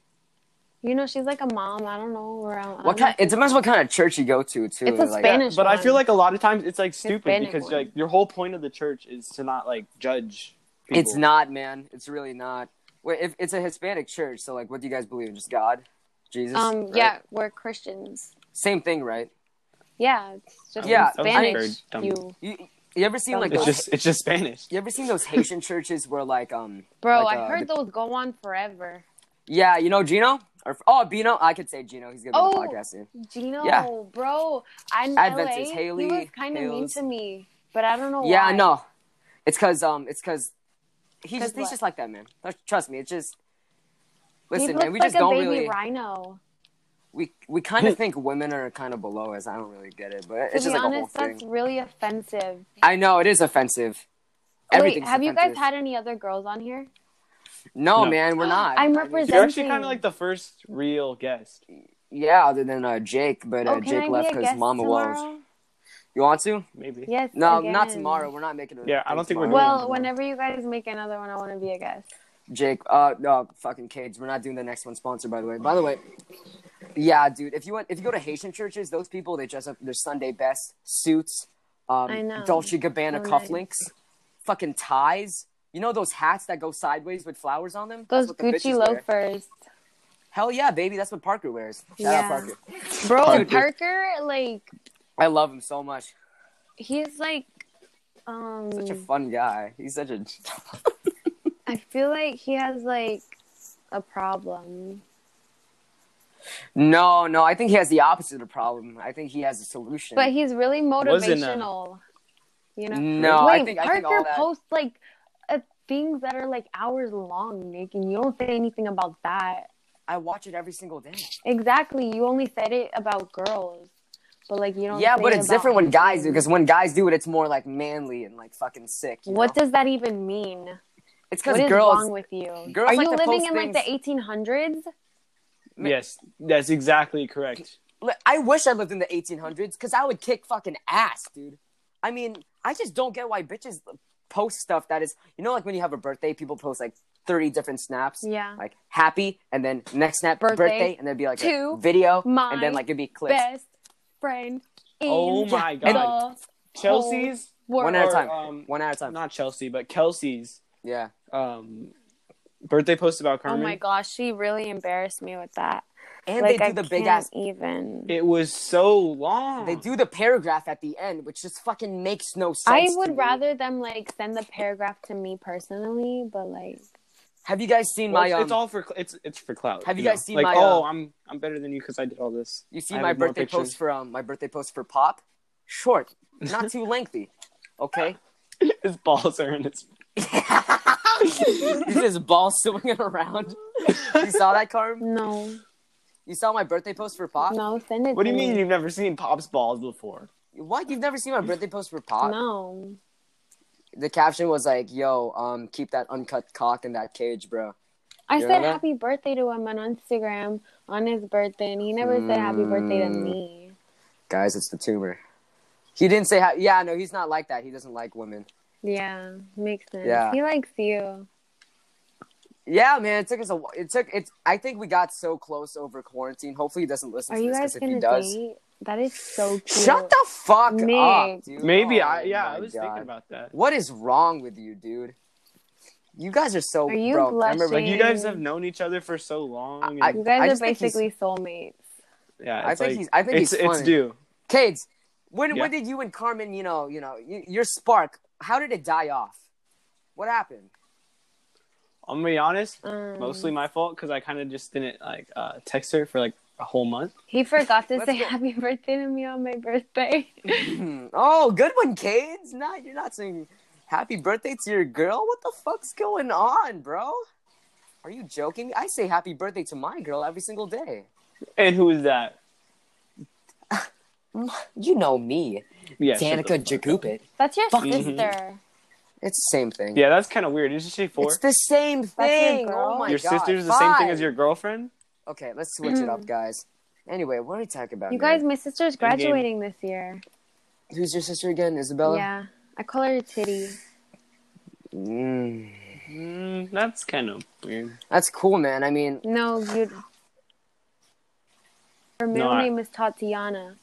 B: You know, she's like a mom. I don't know where. I, I
C: What
B: don't
C: kind? It depends what kind of church you go to, too.
B: It's a
C: like-
B: Spanish
D: but I feel
B: one.
D: like a lot of times it's like stupid
B: Hispanic
D: because
B: one.
D: like your whole point of the church is to not like judge. People.
C: It's not, man. It's really not. Wait, if it's a Hispanic church, so like, what do you guys believe in? Just God, Jesus.
B: know. Um.
C: right?
B: Yeah, we're Christians.
C: Same thing, right?
B: Yeah, it's just
C: Yeah,
B: in Spanish.
D: I-
B: you,
C: You you ever seen like
D: It's
B: It's
C: those,
D: just it's just Spanish.
C: you ever seen those Haitian churches where like um
B: bro.
C: like, uh,
B: I heard those go on forever.
C: yeah you know Gino or oh Bino I could say Gino he's gonna be on
B: Oh.
C: the podcast soon.
B: Gino,
C: Yeah.
B: bro, I in
C: Adventist,
B: LA,
C: Haley,
B: he was kind of mean
C: Hales.
B: to me, but I don't know why.
C: Yeah, no, it's cause um it's cause he's
B: 'Cause
C: just, he's
B: what?
C: just like that man. Tr- Trust me, it's just
B: He
C: listen
B: looks
C: man we
B: like
C: just
B: a
C: don't
B: baby
C: really
B: rhino.
C: we we kind
D: <laughs>
C: of think women are kind of below us. I don't really get it, but
B: To
C: it's
B: be
C: just like a whole
B: honest,
C: thing.
B: that's really offensive.
C: I know it is offensive.
B: Wait,
C: Everything's
B: have you guys
C: offensive.
B: had any other girls on here?
C: No,
D: No.
C: man,
B: <gasps>
C: we're not.
B: I'm
C: I mean,
B: represent-
D: You're actually
B: Presenting.
D: kind of like the first real guest.
C: Yeah, other than uh, Jake, but uh,
B: oh, can I
C: Jake
B: be
C: left
B: a guest
C: Mama
B: tomorrow?
C: was. You want to?
D: Maybe.
B: Yes.
C: No,
B: again.
C: not tomorrow. We're not making it.
D: Yeah, I don't think we're doing
B: Well,
D: tomorrow.
B: whenever you guys make another one, I want to be a guest.
C: Jake, uh, no, fucking kids. We're not doing the next one sponsored, by the way. By the way, yeah, dude. If you went, if you go to Haitian churches, those people they dress up in their Sunday best suits, um,
B: I know.
C: Dolce Gabbana
B: So nice.
C: cufflinks, fucking ties. You know those hats that go sideways with flowers on them? That's
B: Those
C: what the
B: Gucci
C: bitches wear.
B: loafers,
C: Hell yeah, baby. That's what Parker wears. Shout out
B: Yeah.
C: Parker.
B: bro.
D: Parker.
B: Parker, like
C: I love him so much.
B: he's like, um,
C: Such a fun guy. He's such a
B: I feel like he has like a problem.
C: No, no, I think he has the opposite of problem. I think he has a solution.
B: But he's really
D: Wasn't, uh,
B: motivational. You know?
C: No, I
B: Wait,
C: think- I
B: Parker
C: think all that-
B: posts like uh, things that are like hours long, Nick, and you don't say anything about that.
C: I watch it every single day.
B: Exactly. You only said it about girls, but like you don't.
C: yeah,
B: say
C: but
B: it
C: it's
B: about
C: different when guys do
B: men.
C: because when guys do it, it's more like manly and like fucking sick. you
B: What
C: know?
B: does that even mean?
C: it's
B: What
C: because
B: is
C: girls.
B: wrong with you?
C: girls
B: Are
C: like to
B: you living
C: post
B: in like
C: things-
B: the 1800s?
D: Yes, that's exactly correct.
C: Li- I wish I lived in the 1800s because I would kick fucking ass, dude. I mean, I just don't get why bitches post stuff that is, you know, like when you have a birthday, people post like 30 different snaps.
B: Yeah.
C: Like happy, and then next snap
B: Birthday
C: birthday, and then be like
B: to
C: a video,
B: my
C: and then like it'd be clips.
B: Best friend. In
D: Oh my
B: the
D: God. Chelsea's
B: world.
C: One at a
D: Or,
C: time.
D: um,
C: One at a time.
D: not Chelsea, but Kelsey's
C: Yeah.
D: um, birthday post about
B: Oh
D: Carmen.
B: my gosh, she really embarrassed me with that.
C: And
B: like
C: they
B: I
C: do the big
B: can't
C: ass
B: even.
D: It was so long.
C: They do the paragraph at the end, which just fucking makes no sense.
B: I
C: to
B: would
C: me.
B: rather them like send the paragraph to me personally, but like
C: Have you guys seen
D: Well,
C: my?
D: it's-
C: Um,
D: it's all for cl- it's it's for clout.
C: Have you guys seen
D: like,
C: my,
D: Oh,
C: uh,
D: I'm I'm better than you because I did all this.
C: you see
D: I
C: my
D: have more
C: birthday
D: pictures.
C: post for um my birthday post for Pop. Short, not too lengthy. <laughs> Okay.
D: His balls are in his.
C: He's just ball swinging around. You saw that, Carm?
B: no,
C: You saw my birthday post for Pop?
B: no, send it.
D: What do
B: to
D: you mean
B: me.
D: you've never seen Pop's balls before?
C: What? You've never seen my birthday post for Pop?
B: No,
C: The caption was like, "Yo, um, keep that uncut cock in that cage, bro."
B: I
C: You
B: said
C: know?
B: happy birthday to him on Instagram on his birthday, and he never said happy birthday to
C: Mm.
B: me.
C: Guys, it's the tumor. He didn't say how. Yeah, no, he's not like that. He doesn't like women.
B: Yeah, makes sense.
C: Yeah.
B: He likes you.
C: Yeah, man, it took us a. wh- It took it's. I think we got so close over quarantine. Hopefully, he doesn't listen
B: Are
C: to
B: you
C: this because
B: guys
C: if
B: gonna
C: he does,
B: date? That is so cute.
C: shut the fuck
B: Nick.
C: up, dude.
D: Maybe
C: Oh
D: I yeah
C: my
D: I was
C: God.
D: thinking about that.
C: What is wrong with you, dude? You guys are so.
B: Are you
C: broke. I
D: Like
C: remember,
B: blushing?
D: you guys have known each other for so long. and,
C: I-
B: You guys
C: just
B: are
C: think he's-
B: basically soulmates.
D: yeah,
C: I
D: it's
C: think
D: like-
C: he's- I think
D: it's,
C: he's
D: it's
C: funny.
D: due.
C: Cades, when
D: Yeah.
C: when did you and Carmen, you know, you know, y- your spark? How did it die off? What happened?
D: I'm gonna be honest.
C: Mm.
B: Um,
D: Mostly my fault because I kind of just didn't like uh, text her for like a whole month.
B: He forgot to
C: Let's
B: say
C: go.
B: happy <laughs> birthday to me on my birthday.
C: <clears throat> oh, good one, Cades. Nah, you're not saying happy birthday to your girl. What the fuck's going on, bro? Are you joking me? I say happy birthday to my girl every single day.
D: And who is that?
C: You know me,
D: Yeah, shut the
C: Danica
D: fuck up.
C: Jagupit.
B: That's your
C: Fuck.
D: Mhm.
B: sister.
C: It's the same thing.
D: Yeah, that's kind of weird. Isn't she four?
C: It's the same thing.
B: girl?
C: Oh my
D: your
C: god.
D: sister's the same thing
C: Five.
D: as your girlfriend.
C: Okay, let's switch it up, guys. Anyway, what are we talking about?
B: Mm. You
C: man?
B: guys, my sister's
D: game.
B: graduating this year.
C: who's your sister again, Isabella?
B: Yeah. I call her Titty.
C: Mm.
D: Mm, that's kind of weird.
C: That's cool, man. I mean,
B: No, you Her middle
D: I-
B: name is Tatiana,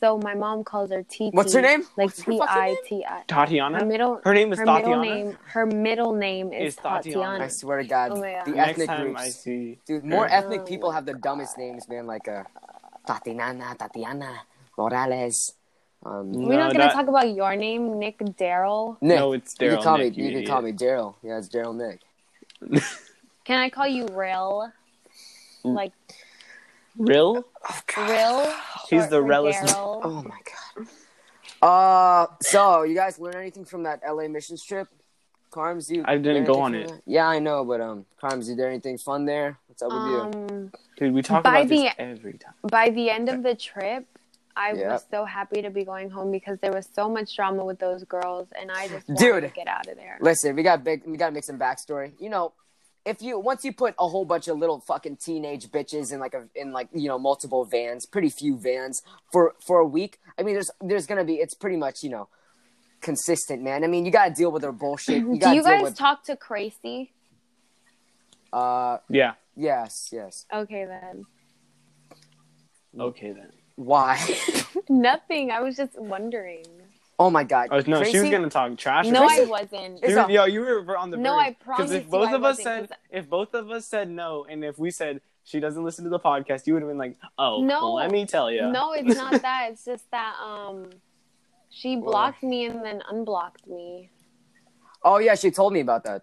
B: so my mom calls her Titi.
C: What's her name?
B: Like
C: What's her
B: T
C: fucking
B: I T I. Her
D: Tatiana.
B: middle.
D: Her name is
B: her
D: Tatiana.
B: middle name. Her middle name is,
D: Is Tatiana.
B: Tatiana.
C: I swear to God,
B: Oh my God.
C: the
D: Next
C: ethnic
D: time
C: groups.
D: I see.
C: Dude, more
D: her.
C: ethnic
B: Oh
C: people
B: my
C: have the dumbest names, man. Like uh, Tatiana, Tatiana, Morales. Um,
B: We're not
D: No,
B: gonna
D: that-
B: talk about your name, Nick Daryl.
C: Nick.
D: No, it's
C: You
D: Daryl
C: can call
D: Nick,
C: me.
D: you
C: You, can call me Daryl. Yeah, it's Daryl Nick.
B: Can I call you Rill?
D: Mm.
B: Like
D: Real?
B: Rill.
D: He's
B: short
D: the
B: for
D: realest- <laughs>
B: Daryl.
C: Oh my god. Uh, so you guys learn anything from that LA missions trip? Carms, you.
D: I
C: learn
D: didn't
C: anything
D: go on
C: from
D: it.
C: that? Yeah, I know, but um, Carms, you there anything fun there? What's up with you?
B: Um,
D: Dude, we talk
B: By
D: about this
B: the-
D: every time.
B: by the end of the trip, I
C: Yeah.
B: was so happy to be going home because there was so much drama with those girls, and I just wanted
C: Dude.
B: to get out of there.
C: Listen, we got big. We gotta make some backstory. You know, if you once you put a whole bunch of little fucking teenage bitches in like a in like you know multiple vans, pretty few vans for for a week. I mean, there's there's gonna be it's pretty much you know consistent, man. I mean, you gotta deal with their
B: <clears throat>
C: bullshit. You
B: Do
C: gotta
B: you
C: deal
B: guys
C: with
B: talk to Crazy?
C: uh
D: Yeah.
C: yes yes.
B: Okay then. <laughs>
D: Okay then.
C: Why? <laughs>
B: Nothing. I was just wondering.
C: oh my god.
D: Oh no, she was
C: Tracy?
D: gonna talk trash.
B: No,
D: about
B: I
D: it.
B: wasn't.
D: She
C: It's
D: was-
C: a-
D: yo, you were on the
B: No, I
D: verge.
B: promise
D: if
B: you
D: both
B: I
D: of us
B: wasn't,
D: said
B: 'cause-
D: if both of us said no, and if we said she doesn't listen to the podcast, you would have been like, oh,
B: No.
D: let me tell you.
B: No, it's not that. It's just that um, she blocked me and then unblocked me.
C: Oh yeah, she told me about that.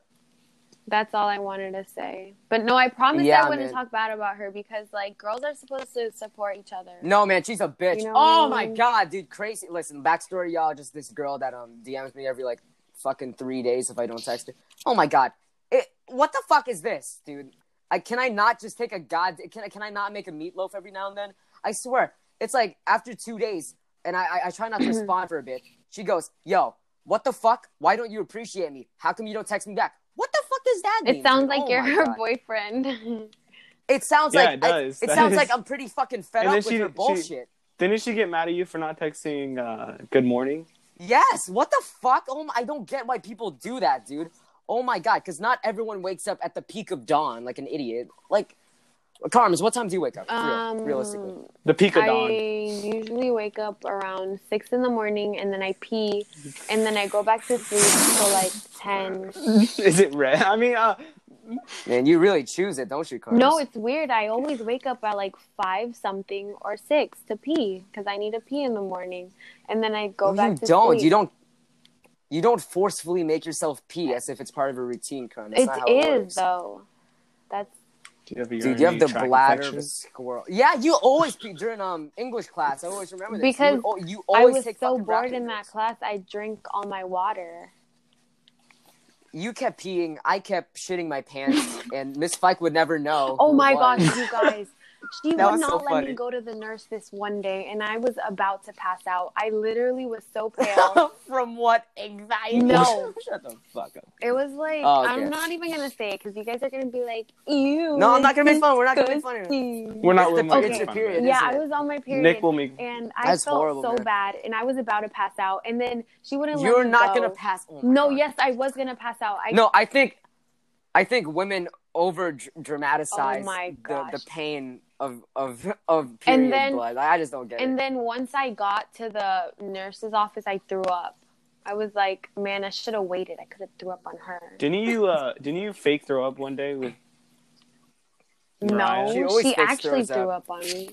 B: That's all I wanted to say. But no, I promised
C: Yeah,
B: I wouldn't
C: man.
B: talk bad about her because like girls are supposed to support each other.
C: No, man, she's a bitch.
B: You know
C: oh
B: what I
C: my
B: mean?
C: god, dude, crazy. Listen, backstory, y'all. Just this girl that um DMs me every like fucking three days if I don't text her. Oh my god, it. What the fuck is this, dude? I can I not just take a god? Can I can I not make a meatloaf every now and then? I swear, it's like after two days, and I I, I try not
B: Mm-hmm.
C: to respond for a bit. She goes, "Yo, what the fuck? Why don't you appreciate me? How come you don't text me back? What the fuck does that mean?"
B: It sounds
C: dude?
B: like
C: Oh
B: you're
C: my
B: her
C: God.
B: boyfriend. <laughs>
C: It sounds
D: Yeah,
C: like
D: it
C: I-
D: does.
C: it
D: That <laughs>
C: sounds
D: is-
C: like I'm pretty fucking fed
D: And
C: up
D: then
C: with
D: she-
C: her
D: she-
C: bullshit.
D: Didn't she get mad at you for not texting uh, good morning?
C: Yes. What the fuck? Oh, my, I don't get why people do that, dude. Oh my god, because not everyone wakes up at the peak of dawn like an idiot. Like, Carms, what time do you wake up? For real,
B: um,
C: realistically,
D: The peak of
B: I
D: dawn.
B: usually wake up around six in the morning and then I pee and then I go back to sleep till like ten.
D: <laughs> Is it red? I mean, uh,
C: man, you really choose it, don't you, Carms?
B: No, it's weird. I always wake up at like five something or six to pee because I need to pee in the morning, and then I go
C: No,
B: back
C: you
B: to
C: don't.
B: sleep.
C: You don't. You don't forcefully make yourself pee as if it's part of a routine, Carms. That's not how
B: It
C: it
B: is
C: works.
B: though. That's
D: do you have, a
C: Dude, you have
D: urinary
C: the
D: tract
C: bladder
D: infection?
C: of a squirrel. Yeah, you always pee during um English class. I always remember this.
B: Because
C: you, would al- you
B: I
C: always
B: was
C: take
B: so
C: fucking
B: bored
C: rapid
B: in that
C: notes.
B: class. I drank all my water.
C: you kept peeing. I kept shitting my
B: <laughs>
C: pants, and Miss Fike would never know.
B: Oh
C: who
B: my
C: won. <laughs>
B: gosh, you guys. She would
C: That was
B: not
C: so
B: let
C: funny.
B: me go to the nurse this one day, and I was about to pass out. I literally was
C: <laughs>
B: so pale.
C: From what anxiety?
B: No.
C: Shut the fuck up.
B: it was like,
C: Oh, okay.
B: I'm not even going to say it because you guys are going to be like, ew.
C: No, I'm not gonna make fun. We're not gonna make fun of
B: fun.
D: We're not.
C: It's the-
D: we're not
B: it's
D: making
B: the
D: fun of it.
C: period.
B: Yeah,
C: isn't
B: I
C: it?
B: was on my period.
D: Nick will make.
B: and I
C: That's
B: felt
C: horrible,
B: so
C: man.
B: bad, and I was about to pass out, and then she wouldn't let
C: You're
B: me
C: not
B: go.
C: gonna pass. Oh my
B: No,
C: God.
B: yes, I was going to pass out. I
C: No, I think, I think women over dr- dramatize
B: Oh my
C: the,
B: gosh.
C: the pain of of of period
B: then-
C: blood. I I just don't get
B: And
C: it.
B: then once I got to the nurse's office, I threw up. I was like, man, I should have waited. I could have threw up on her.
D: Didn't you? Uh, didn't you fake throw up one day with?
B: no,
D: Mariah?
C: She
B: she,
C: always fakes
B: actually
C: throws
B: threw up. on me.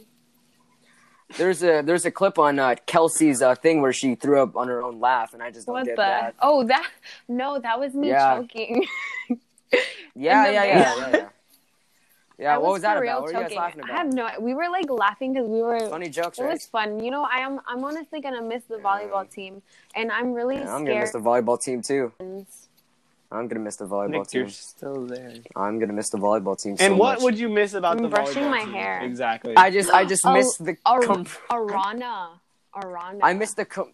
C: There's a there's a clip on uh, Kelsey's uh, thing where she threw up on her own laugh, and I just don't
B: What the?
C: get that.
B: Oh, that? No, that was me
C: Yeah.
B: choking.
C: Yeah,
B: And
C: yeah,
B: the
C: yeah, yeah,
B: video. <laughs>
C: yeah. Yeah,
B: I
C: what was that about?
B: for real
C: What were you guys
B: choking.
C: laughing
B: I have
C: about?
B: no. We were like laughing because we were.
C: Funny jokes,
B: It
C: right?
B: was fun. You know, I am. I'm honestly gonna miss the
C: Yeah.
B: volleyball team, and I'm really
C: Yeah, I'm gonna miss
B: scared.
C: the volleyball team too. I'm gonna miss the volleyball
D: Nick,
C: team.
D: you're still there.
C: I'm gonna miss the volleyball team.
D: and
C: so
D: what
C: much.
D: would you miss about
B: I'm
D: the
B: brushing
D: volleyball
B: my
D: team?
B: hair.
D: Exactly.
C: I just I <gasps> just
B: Oh,
C: missed the
B: Ar-
C: com-
B: Arana. Arana.
C: I missed the com-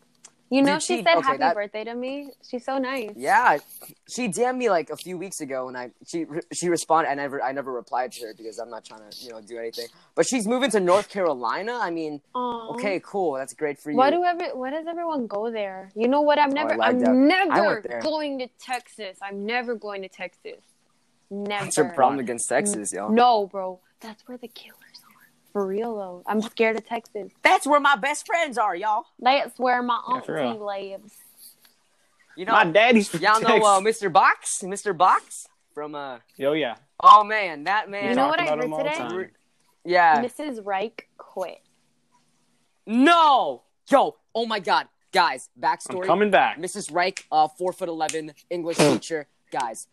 B: You know,
C: Dude,
B: she,
C: she-
B: said
C: okay,
B: happy
C: that-
B: birthday to me. She's so nice.
C: yeah. She DM'd me like a few weeks ago, and I she re- she responded. I never I never replied to her because I'm not trying to you know do anything. But she's moving to North Carolina. I mean,
B: Aw.
C: okay, cool. That's great for you. Oh,
B: Why do every Why does everyone go there? You know what? I'm never.
C: I like
B: I'm
C: that. I
B: never
C: went there.
B: going to Texas. I'm never going to Texas. Never.
C: What's your problem against Texas, y'all?
B: No, bro. That's where the killers for real though. I'm scared of Texas.
C: That's where my best friends are, y'all.
B: That's where my
D: Yeah,
B: auntie
D: for real.
B: lives.
C: You know,
D: My daddy's from
C: y'all know uh,
D: Texas.
C: Mr. Box, Mr. Box from uh.
D: Oh yeah.
C: Oh man, that man.
B: You know
D: Talk
B: what I
D: about
B: heard
D: him all the
B: today?
D: time.
C: yeah.
B: Mrs. Reich quit.
C: No. Yo. Oh my God, guys.
D: I'm
C: Backstory.
D: coming back.
C: Mrs. Reich, uh, four foot eleven
B: <laughs>
C: English teacher. Guys,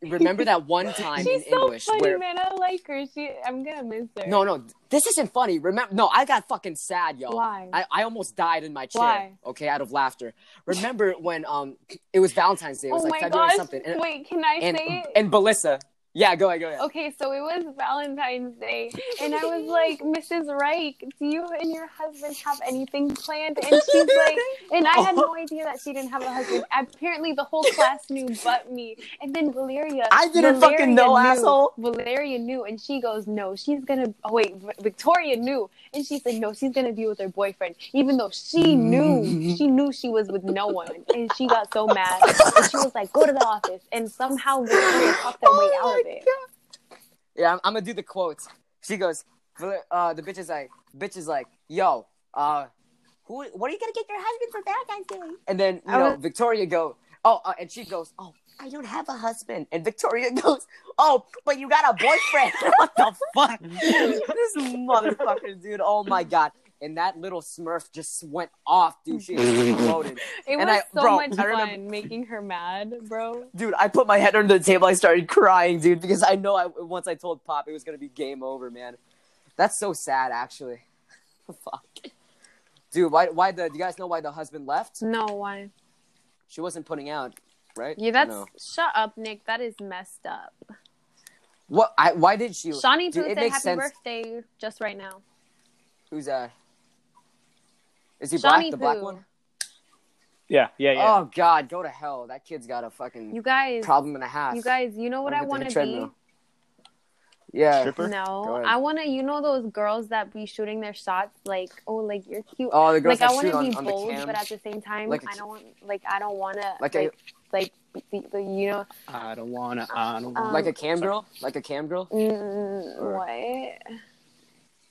C: remember that one time
B: She's
C: in
B: so
C: English
B: funny,
C: where?
B: man. I like her. She, I'm gonna miss her.
C: No, no, this isn't funny. Remember? No, I got fucking sad, y'all.
B: Why?
C: I, I almost died in my chair.
B: Why?
C: Okay, out of laughter. Remember when um it was Valentine's Day? It was
B: oh
C: like
B: my
C: February
B: gosh!
C: something. And,
B: Wait, can I
C: and,
B: say it?
C: and Belissa. Yeah, go ahead, go ahead.
B: Okay, so it was Valentine's Day, and I was like, Mrs. Reich, do you and your husband have anything planned? And she's
C: <laughs>
B: like, and I had
C: Oh.
B: no idea that she didn't have a husband. Apparently, the whole class knew but me. And then Valeria.
C: I didn't fucking know, asshole.
B: Valeria knew, and she goes, no, she's gonna, oh wait, V- Victoria knew. And she said, no, she's gonna be with her boyfriend, even though she knew, she knew she was with no one. And she got so mad. And she was like, go to the office. And somehow Victoria talked their way
C: Oh
B: out of it.
C: Yeah, I'm, I'm gonna do the quotes. She goes, Val- uh, the bitch is like, bitch is like, yo, uh, who? What are you gonna get your husband for Valentine's Day? And then you
B: I
C: know,
B: was-
C: Victoria go, oh, uh, and she goes, oh, I don't have a husband. And Victoria <laughs> goes, oh, but you got a boyfriend. <laughs> what the fuck? this motherfucker, dude. Oh my god. And that little Smurf just went off, dude. She exploded.
B: It
C: And
B: was
C: I-
B: so
C: bro,
B: much
C: I remember-
B: fun making her mad, bro.
C: Dude, I put my head under the table. I started crying, dude, because I know I once I told Pop it was gonna be game over, man. That's so sad, actually. <laughs> Fuck, dude. Why? Why the? Do you guys know why the husband left?
B: No one.
C: She wasn't putting out, right?
B: Yeah, that's
C: No.
B: shut up, Nick. That is messed up.
C: what. I, why did she?
B: Shawnee
C: dude,
B: Pooh
C: it
B: said
C: makes
B: happy
C: sense.
B: birthday just right now.
C: Who's uh? Is he black?
B: Shawnee
C: The black
B: Pooh.
C: one?
D: Yeah, yeah, yeah.
C: Oh God, go to hell! That kid's got a fucking
B: You guys,
C: problem and a half.
B: you guys, you know what
C: I'm
B: I
C: gonna
B: want
C: get
B: to
C: the
B: be?
C: treadmill. Yeah.
D: Stripper?
C: Go
B: No,
C: ahead.
B: I want to. You know those girls that be shooting their shots like, oh, like you're cute.
C: Oh, the girls
B: like
C: that
B: I want
C: shoot
B: to
C: on,
B: be
C: on
B: bold,
C: the cam.
B: but at the same time,
C: Like a
B: I
C: ki-
B: don't want. Like I don't want to.
C: Like
B: Like
C: a-
B: like, like be, be, you know
D: I don't wanna. I don't wanna.
B: Um,
C: like a cam girl, like a cam girl.
B: mm,
C: Or-
B: what?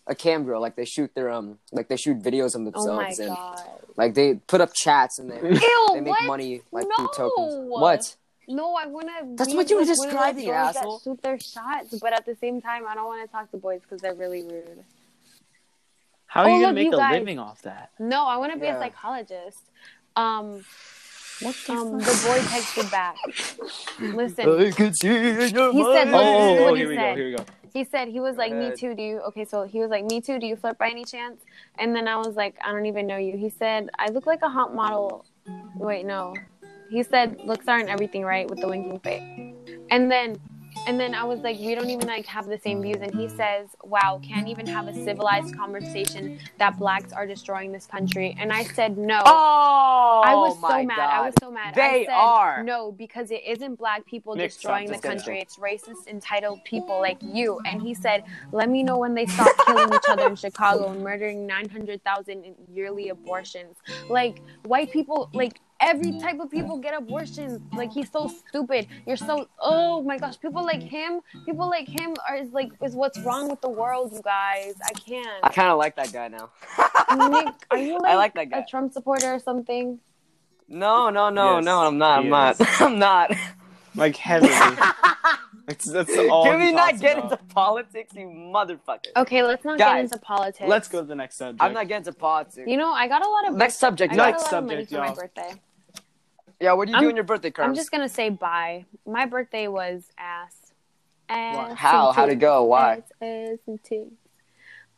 C: a cam girl. Like they shoot their um, like they shoot videos of
B: Oh my
C: themselves and
B: god!
C: like they put up chats
D: <laughs>
C: and they
B: Ew!
C: they make
B: what?
C: money like
B: No.
C: through tokens. What?
B: No, I want to.
C: That's what you were describing, you
B: girls
C: asshole.
B: That shoot their shots, but at the same time, I don't want to talk to boys because they're really rude.
D: How are
B: Oh,
D: you gonna
B: look,
D: make
B: you
D: a
B: guys.
D: living off that?
B: No, I want to be
C: Yeah.
B: a psychologist. Um,
D: What the
B: um, the
D: fuck?
B: boy texted back.
C: <laughs>
B: Listen, He
C: he
B: said-
D: Oh, oh, oh,
B: what he
D: here we go.
B: said.
D: Here we go.
B: he said he was like, "Me
C: Good.
B: too, do you?" Okay, so he was like, "Me too, do you flirt by any chance?" And then I was like, "I don't even know you." He said, "I look like a hot model." Wait, no. He said, "Looks aren't everything, right?" With the winking face. And then, and then I was like, "We don't even like have the same views." And he says, "Wow, can't even have a civilized conversation that blacks are destroying this country." And I said, "No."
C: Oh,
B: I was so
C: my
B: mad.
C: God.
B: I was so mad.
C: They
B: I said,
C: are.
B: No, because it isn't black people
D: Nick,
B: destroying the
D: stop this
B: country. It's racist, entitled people like you. And he said, let me know when they stop killing each
C: <laughs>
B: other in Chicago and murdering 900,000 in yearly abortions. Like, white people, like, Every type of people get abortions. Like he's so stupid. You're so oh my gosh. People like him. People like him are is like is what's wrong with the world, you guys. I can't.
C: <laughs> I kind of like that guy now.
B: Nick, are you
C: I like
B: like,
C: that guy.
B: a Trump supporter or something?
C: No, no, no,
D: Yes,
C: no. I'm not.
D: he
C: I'm not. <laughs> I'm not.
D: Like heavily. that's,
C: <laughs>
D: that's all.
C: Can
D: he
C: we not
D: talks
C: get
D: about.
C: into politics, you motherfucker?
B: Okay, let's not
C: Guys,
B: get into politics.
D: Let's go to the next subject.
C: I'm not getting into politics.
B: You know, I got a lot of
C: Next subject.
B: I got
D: next
B: a lot of money
D: subject,
B: for my
D: y'all.
B: birthday.
C: Yeah, what are you
B: I'm-
C: doing your birthday, Kerms?
B: I'm just gonna say bye. My birthday was ass. ass
C: How?
B: and
C: How'd it
B: titties.
C: go? Why?
B: Ass, ass, and titties.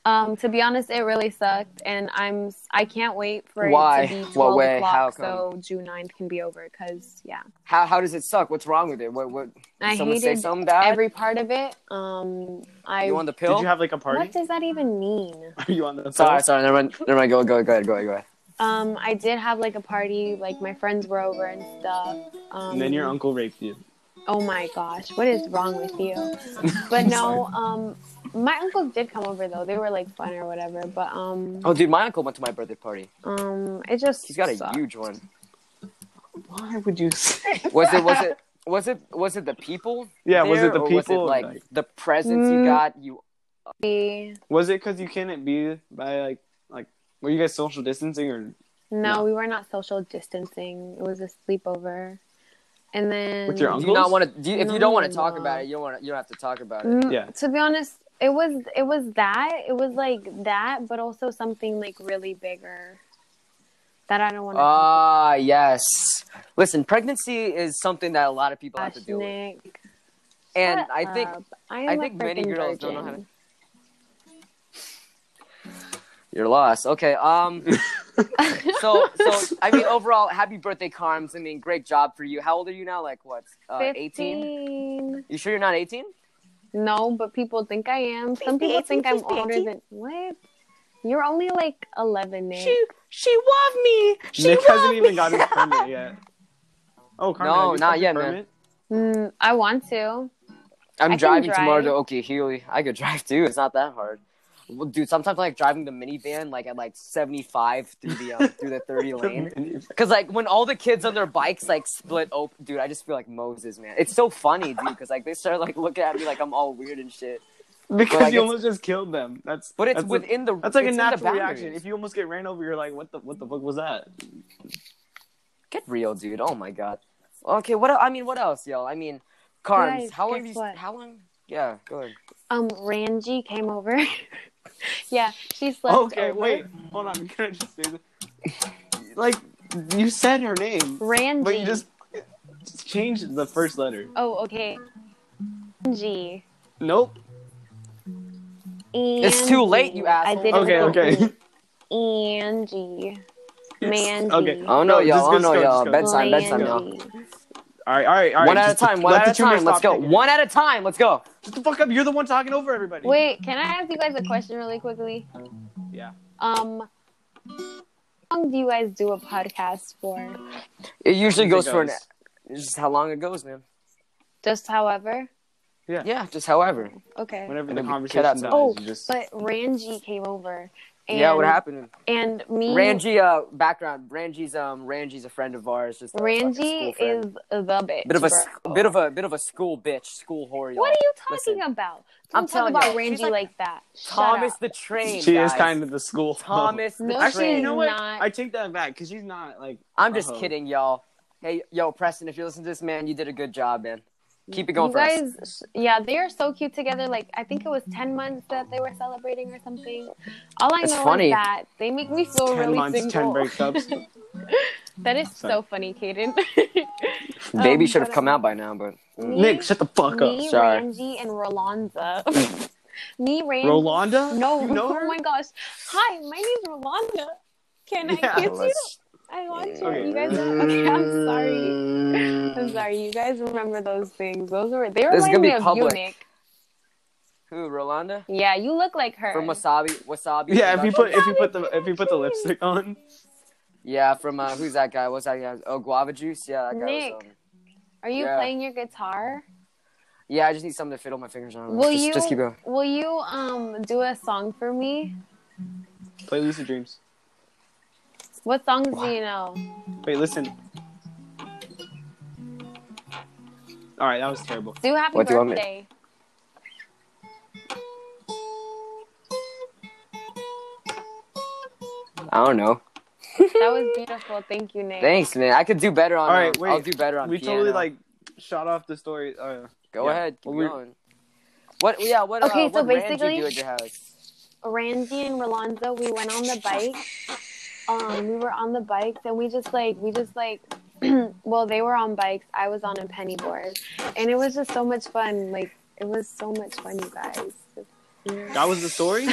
B: Um, to be honest, it really sucked, and I'm I can't wait for
C: Why?
B: it to be
C: What
B: 12
C: way?
B: o'clock
C: How
B: so June 9th can be over. Cause yeah,
C: How how does it suck? What's wrong with it? What what?
B: I
C: someone say
B: hated
C: something bad?
B: every part of it. Um, I
C: you on the pill?
D: Did you have like a party?
B: what does that even mean?
D: <laughs> Are you on the
C: Sorry, sorry. Never mind. Never mind. Go go go ahead. Go ahead. Go ahead.
B: Um, I did have like a party, like my friends were over and stuff. Um,
D: And then your uncle raped you.
B: Oh my gosh, what is wrong with you? But no, um, my uncles did come over though. They were like fun or whatever. But um,
C: Oh, dude, my uncle went to my birthday party.
B: um, it just
C: He's got a
B: sucked.
C: huge one.
D: Why would you say?
C: <laughs> Was it? Was it? Was it? Was it the people?
D: Yeah, was
C: there,
D: it the
C: or
D: people?
C: Was it like the presents you
B: Mm.
C: got? You
B: We-
D: Was it because you couldn't be by like like were you guys social distancing or
B: No, we were not social distancing. It was a sleepover. And then
D: With your
C: Do
D: uncle?
C: you not want to? You, if you don't want to
B: No.
C: talk about it, you don't want. to. You don't have to talk about it.
B: Mm,
D: Yeah.
B: To be honest, it was it was that. It was like that, but also something like really bigger that I don't want to
C: Ah, yes. Listen, pregnancy is something that a lot of people have to deal with,
B: Nick.
C: and
B: Shut
C: I think
B: up. I, am
C: I
B: a
C: think many
B: freaking
C: girls don't know how to-
B: virgin.
C: you're lost. Okay.
D: <laughs>
C: Um.
B: <laughs>
C: so so I mean, overall, happy birthday, Carms. I mean, great job for you. How old are you now? Like what? <laughs> Uh, Eighteen.
B: 15.
C: You sure you're not eighteen?
B: No, but people think I am. Some people think I'm older than what? You're only like 11, Nick.
A: she loved me.
D: Nick hasn't even
B: <laughs>
D: got his permit yet. Oh, Carmen,
C: No,
D: have
C: not
D: you got your
C: yet, man.
D: permit?
B: Mm, I want to.
C: I'm
B: I can
C: driving tomorrow to
B: drive.
C: Okeechobee. I could <laughs> drive too. It's not that hard. Well, dude, sometimes like driving the minivan like at like 75 through the um, through the
D: <laughs>
C: 30 lane. Cause like when all the kids on their bikes like split open, dude, I just feel like Moses, man. It's so funny, dude, because like they start like looking at me like I'm all weird and shit.
D: Because
C: But, like,
D: you
C: it's-
D: almost just killed them. That's
C: But it's
D: that's a-
C: within the
D: that's like
C: it's
D: a
C: in the
D: natural reaction.
C: boundaries.
D: If you almost get ran over, you're like, what the what the fuck was that?
C: Get real, dude. Oh my god. Okay, what el- I mean, what else, yo? I mean, Carms,
B: Guys,
C: how long
B: guess
C: have you?
B: what?
C: How long? Yeah, go ahead.
B: Um, Ranji came over. <laughs> yeah, she slept.
D: Oh, Okay,
B: over.
D: wait, hold on. <laughs> Can I just say this? Like you said her name,
B: Ranji.
D: but you just just changed the first letter.
B: Oh, okay. Ranji.
D: Nope.
C: It's too late, you asshole.
B: I did
D: Okay, okay.
B: okay. Angie. Mandy.
D: Okay.
C: Oh no,
D: No,
C: y'all.
D: just-
C: Oh
D: just
C: no,
D: go,
C: y'all.
D: just go.
C: Bedtime, bedtime, y'all.
B: Randy.
D: All right, all right, all right.
C: One at a
D: Just-
C: time. One
D: let
C: at a
D: the tumor
C: time. Let's
D: stop
C: go.
D: ticking.
C: One at a time. Let's go.
D: Shut the fuck up. You're the one talking over everybody.
B: Wait, can I ask you guys a question really quickly?
D: Yeah.
B: Um, how long do you guys do a podcast for?
C: It usually
D: It
C: goes for an.
D: goes.
C: It's just how long it goes, man.
B: Just however?
D: Yeah.
C: Yeah, just however.
B: Okay.
D: Whenever
C: And
D: the
C: then we cut
D: conversation
C: out
D: dies,
C: some-
B: oh,
D: you just
B: but Ranji came over. And,
C: yeah, what happened?
B: And me.
C: Ranji, uh, background. Ranji's um, Ranji's a friend of ours. Just a fucking school
B: Ranji
C: friend.
B: is the bitch.
C: bit of a
B: bro.
C: bit of a bit of a school bitch, school whore.
B: What are you talking
C: Listen,
B: about?
C: I'm
B: Don't talk
C: telling
B: about
C: you, she's
B: Ranji
C: like
B: like, that. Shut
C: Thomas
B: up.
C: the train.
D: she is
C: Oh, guys.
D: kind of the school. <laughs>
C: Thomas the
B: No,
D: Actually, you
B: she's
D: know
C: train.
D: what?
B: not.
D: I take that back because she's not like.
C: I'm just
D: Uh-huh.
C: kidding, y'all. Hey, yo, Preston, if you listen to this, man, you did a good job, man. Keep it going
B: you
C: for us.
B: guys, yeah, they are so cute together. Like I think it was ten months that they were celebrating or something. All I
C: It's
B: know
C: funny.
B: is that they make me feel
D: 10
B: really
D: months, 10
B: single.
C: <laughs>
D: breakups.
B: that is so
D: Sorry.
B: funny, Kaden.
C: Baby
B: Um,
C: should have
B: but,
C: come
B: um,
C: out by now, but
B: Me,
D: Nick, shut the fuck up.
B: me,
C: Sorry.
B: Ranji,
C: <laughs>
B: and Rolanda. me, Ranji.
D: Rolanda?
B: No,
D: you know her?
B: oh my gosh. Hi, my name's Rolanda. Can
D: Yeah.
B: I kiss you?
C: let's-
B: I want to.
D: Okay.
B: You guys, are, <laughs> okay, I'm sorry. I'm sorry. You guys remember those things? Those were they
C: Mm. This is
B: remind
C: gonna be
B: me of
C: public.
B: you, Nick.
C: Who, Rolanda?
B: Yeah, you look like her.
C: From Wasabi. Wasabi.
D: <laughs> Yeah, if you
C: Productions?
D: put if you put the if you put the lipstick on,
C: Yeah, from uh, who's that guy? What's that guy? Oh, Guava Juice. Yeah, that guy.
B: Nick.
C: Was, um,
B: Are you
C: Yeah.
B: playing your guitar?
C: yeah, I just need something to fiddle my fingers on.
B: Will
C: Oh, just,
B: you-
C: just keep going.
B: Will you um do a song for me?
D: play Lucid Dreams.
B: What songs do you know?
D: Wait, listen. All right, that was terrible.
B: Do happy
C: What do you want me-
B: birthday.
C: I don't know.
B: that was beautiful. Thank you, Nick.
C: Thanks, man. I could do better on.
D: All right,
C: um, I'll
D: wait.
C: do better on.
D: We
C: piano.
D: totally like shot off the story. Uh,
C: Go
D: yeah.
C: ahead. Keep
D: Well, we-
C: going. What? Yeah. What?
B: Okay,
C: uh,
B: so
C: what Randy
B: basically-
C: do at your house?
B: Randy and Rolando, we went on the bike. Um, we were on the bikes and we just like we just like <clears throat> well they were on bikes, I was on a penny board. And it was just so much fun. Like it was so much fun, you <laughs> guys.
D: that was
C: <laughs>
D: the story.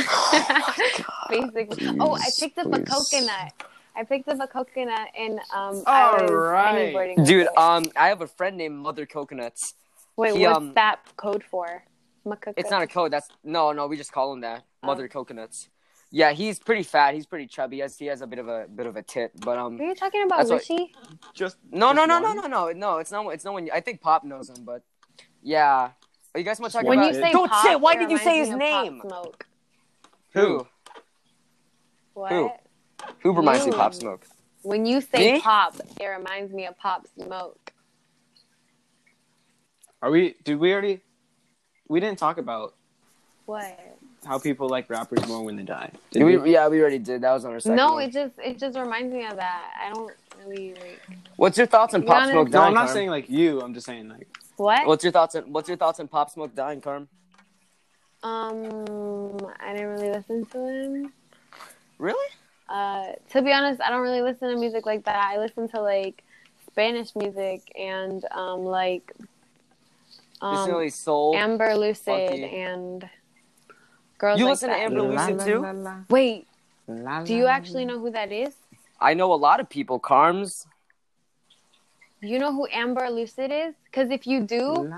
B: Basically. oh, I picked up a coconut. I picked up a coconut and um I
D: All
B: was
D: right.
B: pennyboarding with
C: Dude,
B: it.
C: um, I have a friend named Mother Coconuts.
B: Wait,
C: he,
B: what's
C: um,
B: that code for? Macaco-
C: It's not a code. That's no, no. We just call him that.
B: Oh.
C: Mother Coconuts. Yeah, he's pretty fat. He's pretty chubby. He has, he has a bit of a bit of a tit, but um.
B: Were you talking about
C: That's what-
B: Richie?
D: Just
C: No, no,
D: just
C: no, no,
D: one?
C: no, no, no. It's not. It's no one. I think Pop knows him, but yeah. Are you guys want to
D: Just
C: talk
B: When
D: one
C: about?
B: you
D: it.
B: say
C: Don't
B: Pop,
C: say. Why
B: it
C: did you
B: reminds
C: say
B: me
C: his
B: of Pop
C: name?
B: Smoke.
C: Who?
B: What?
C: Who? Who reminds me of
B: You.
C: Pop Smoke?
B: When you say
C: Me?
B: pop, it reminds me of Pop Smoke.
D: Are we? Did we already? We didn't talk about
B: What?
D: how people like rappers more when they die. Did
C: Did
D: we,
C: we, yeah, we already did. That was on our second.
B: No,
C: one.
B: it just it just reminds me of that. I don't really like
C: What's your thoughts on
B: We
C: Pop
B: wanted-
C: Smoke
D: no,
C: dying?
D: I'm not
C: Carm?
D: saying like you. I'm just saying like
B: what.
C: What's your thoughts on What's your thoughts on Pop Smoke dying, Carm?
B: Um, I didn't really listen to him.
C: Really?
B: Uh, to be honest, I don't really listen to music like that. I listen to like Spanish music and um like
C: It's
B: um
C: really soul.
B: Amber Lucid
C: funky.
B: and girls
C: you
B: like
C: listen
B: that.
C: to Amber
D: La,
C: Lucid too?
B: Wait, do you actually know who that is?
C: I know a lot of people. Carms.
B: You know who Amber Lucid is? Because if you do,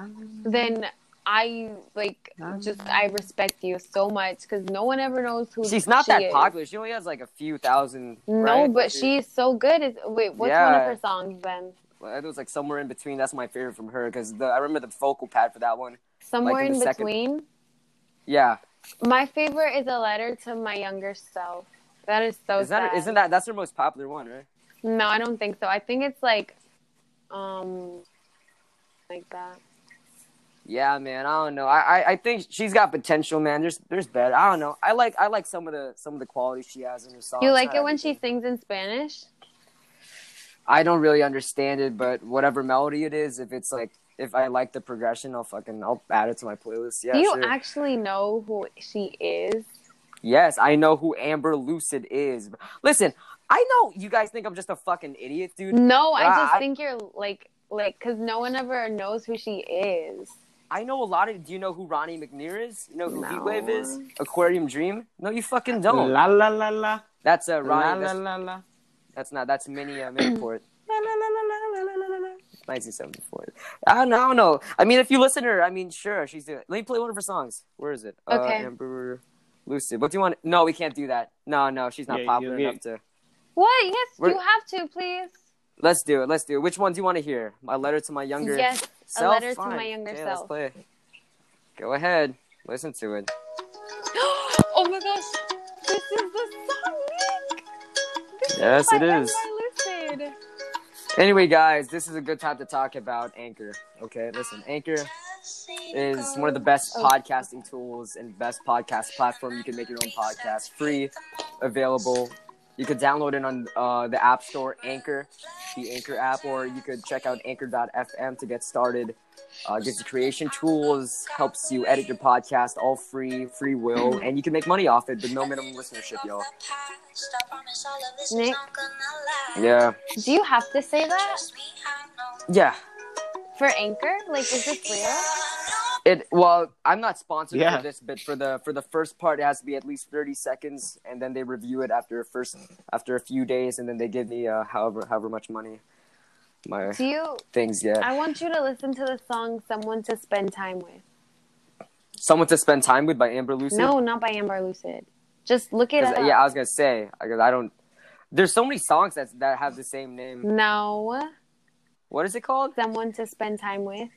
B: then I like just I respect you so much because no one ever knows who
C: She's not
B: she
C: that
B: is.
C: popular. She only has like a few thousand.
B: No,
C: right?
B: but she's so good. Is wait, what's one
C: Yeah.
B: of her songs then?
C: Well, It was like somewhere in between. That's my favorite from her because I remember the vocal pad for that one.
B: Somewhere
C: in
B: in
C: the second-
B: between.
C: Yeah,
B: My favorite is a letter to my younger self. That is so
C: is that
B: sad.
C: isn't that that's her most popular one, right?
B: No, I don't think so. I think it's like, um, like that.
C: Yeah, man. I don't know. I, I I think she's got potential, man. There's there's better. I don't know. I like I like some of the some of the quality she has in her songs.
B: you like
C: Not
B: it when
C: everything.
B: she sings in Spanish?
C: I don't really understand it, but whatever melody it is, if it's like if I like the progression, I'll fucking I'll add it to my playlist. Yeah,
B: Do you
C: sure.
B: actually know who she is?
C: Yes, I know who Amber Lucid is. Listen, I know you guys think I'm just a fucking idiot, dude.
B: No, I
C: Ah,
B: just
C: I-
B: think you're like, like, because no one ever knows who she is.
C: I know a lot of. Do you know who Ronnie McNear is? You know who
B: No.
C: Heat Wave is? Aquarium Dream? No, you fucking don't.
D: la la la la
C: That's uh,
D: la
C: Ronnie.
D: la
C: That's,
D: la la.
C: that's not. That's Minnie uh,
B: <clears throat>
C: Miniport. 1974. I don't, know, I don't know. I mean, if you listen to her, I mean, sure, she's. Doing Let me play one of her songs. Where is it?
B: Okay.
C: Uh, Amber Lucid. What do you want? No, we can't do that. No, no, she's not
D: Yeah,
C: popular
D: you-
C: enough to.
B: What? Yes,
C: We're-
B: you have to, please.
C: Let's do it. Let's do it. Which one do you want to hear? My letter to my younger.
B: Yes, <gasps> a
C: Self?
B: letter to
C: Fine.
B: my younger
C: Okay,
B: self.
C: Let's play. Go ahead. Listen to it.
B: oh my gosh, this is the song. Nick. This
D: Yes,
B: by
D: it is.
B: Amber Lucid.
C: Anyway, guys, this is a good time to talk about Anchor. Okay, listen, Anchor is one of the best
B: Oh.
C: podcasting tools and best podcast platform. You can make your own podcast, free, available. You could download it on uh, the App Store, Anchor, the Anchor app, or you could check out Anchor.fm to get started. Uh, gives you creation tools, helps you edit your podcast, all free, free will, and you can make money off it with no minimum listenership, y'all.
B: Nick?
C: Yeah,
B: Do you have to say that
C: yeah.
B: for Anchor? Like, is this real?
C: It well, I'm not sponsored
D: Yeah.
C: for this bit. For the for the first part, it has to be at least 30 seconds, and then they review it after first after a few days, and then they give me uh, however however much money my
B: Do you?
C: things get.
B: I want you to listen to the song "Someone to Spend Time With."
C: Someone to spend time with by Amber Lucid.
B: No, not by Amber Lucid. Just look it
C: 'Cause,
B: up.
C: yeah, I was gonna say I, I don't. There's so many songs that that have the same
B: Mm.
C: name.
B: No,
C: What is it called?
B: someone to spend time with.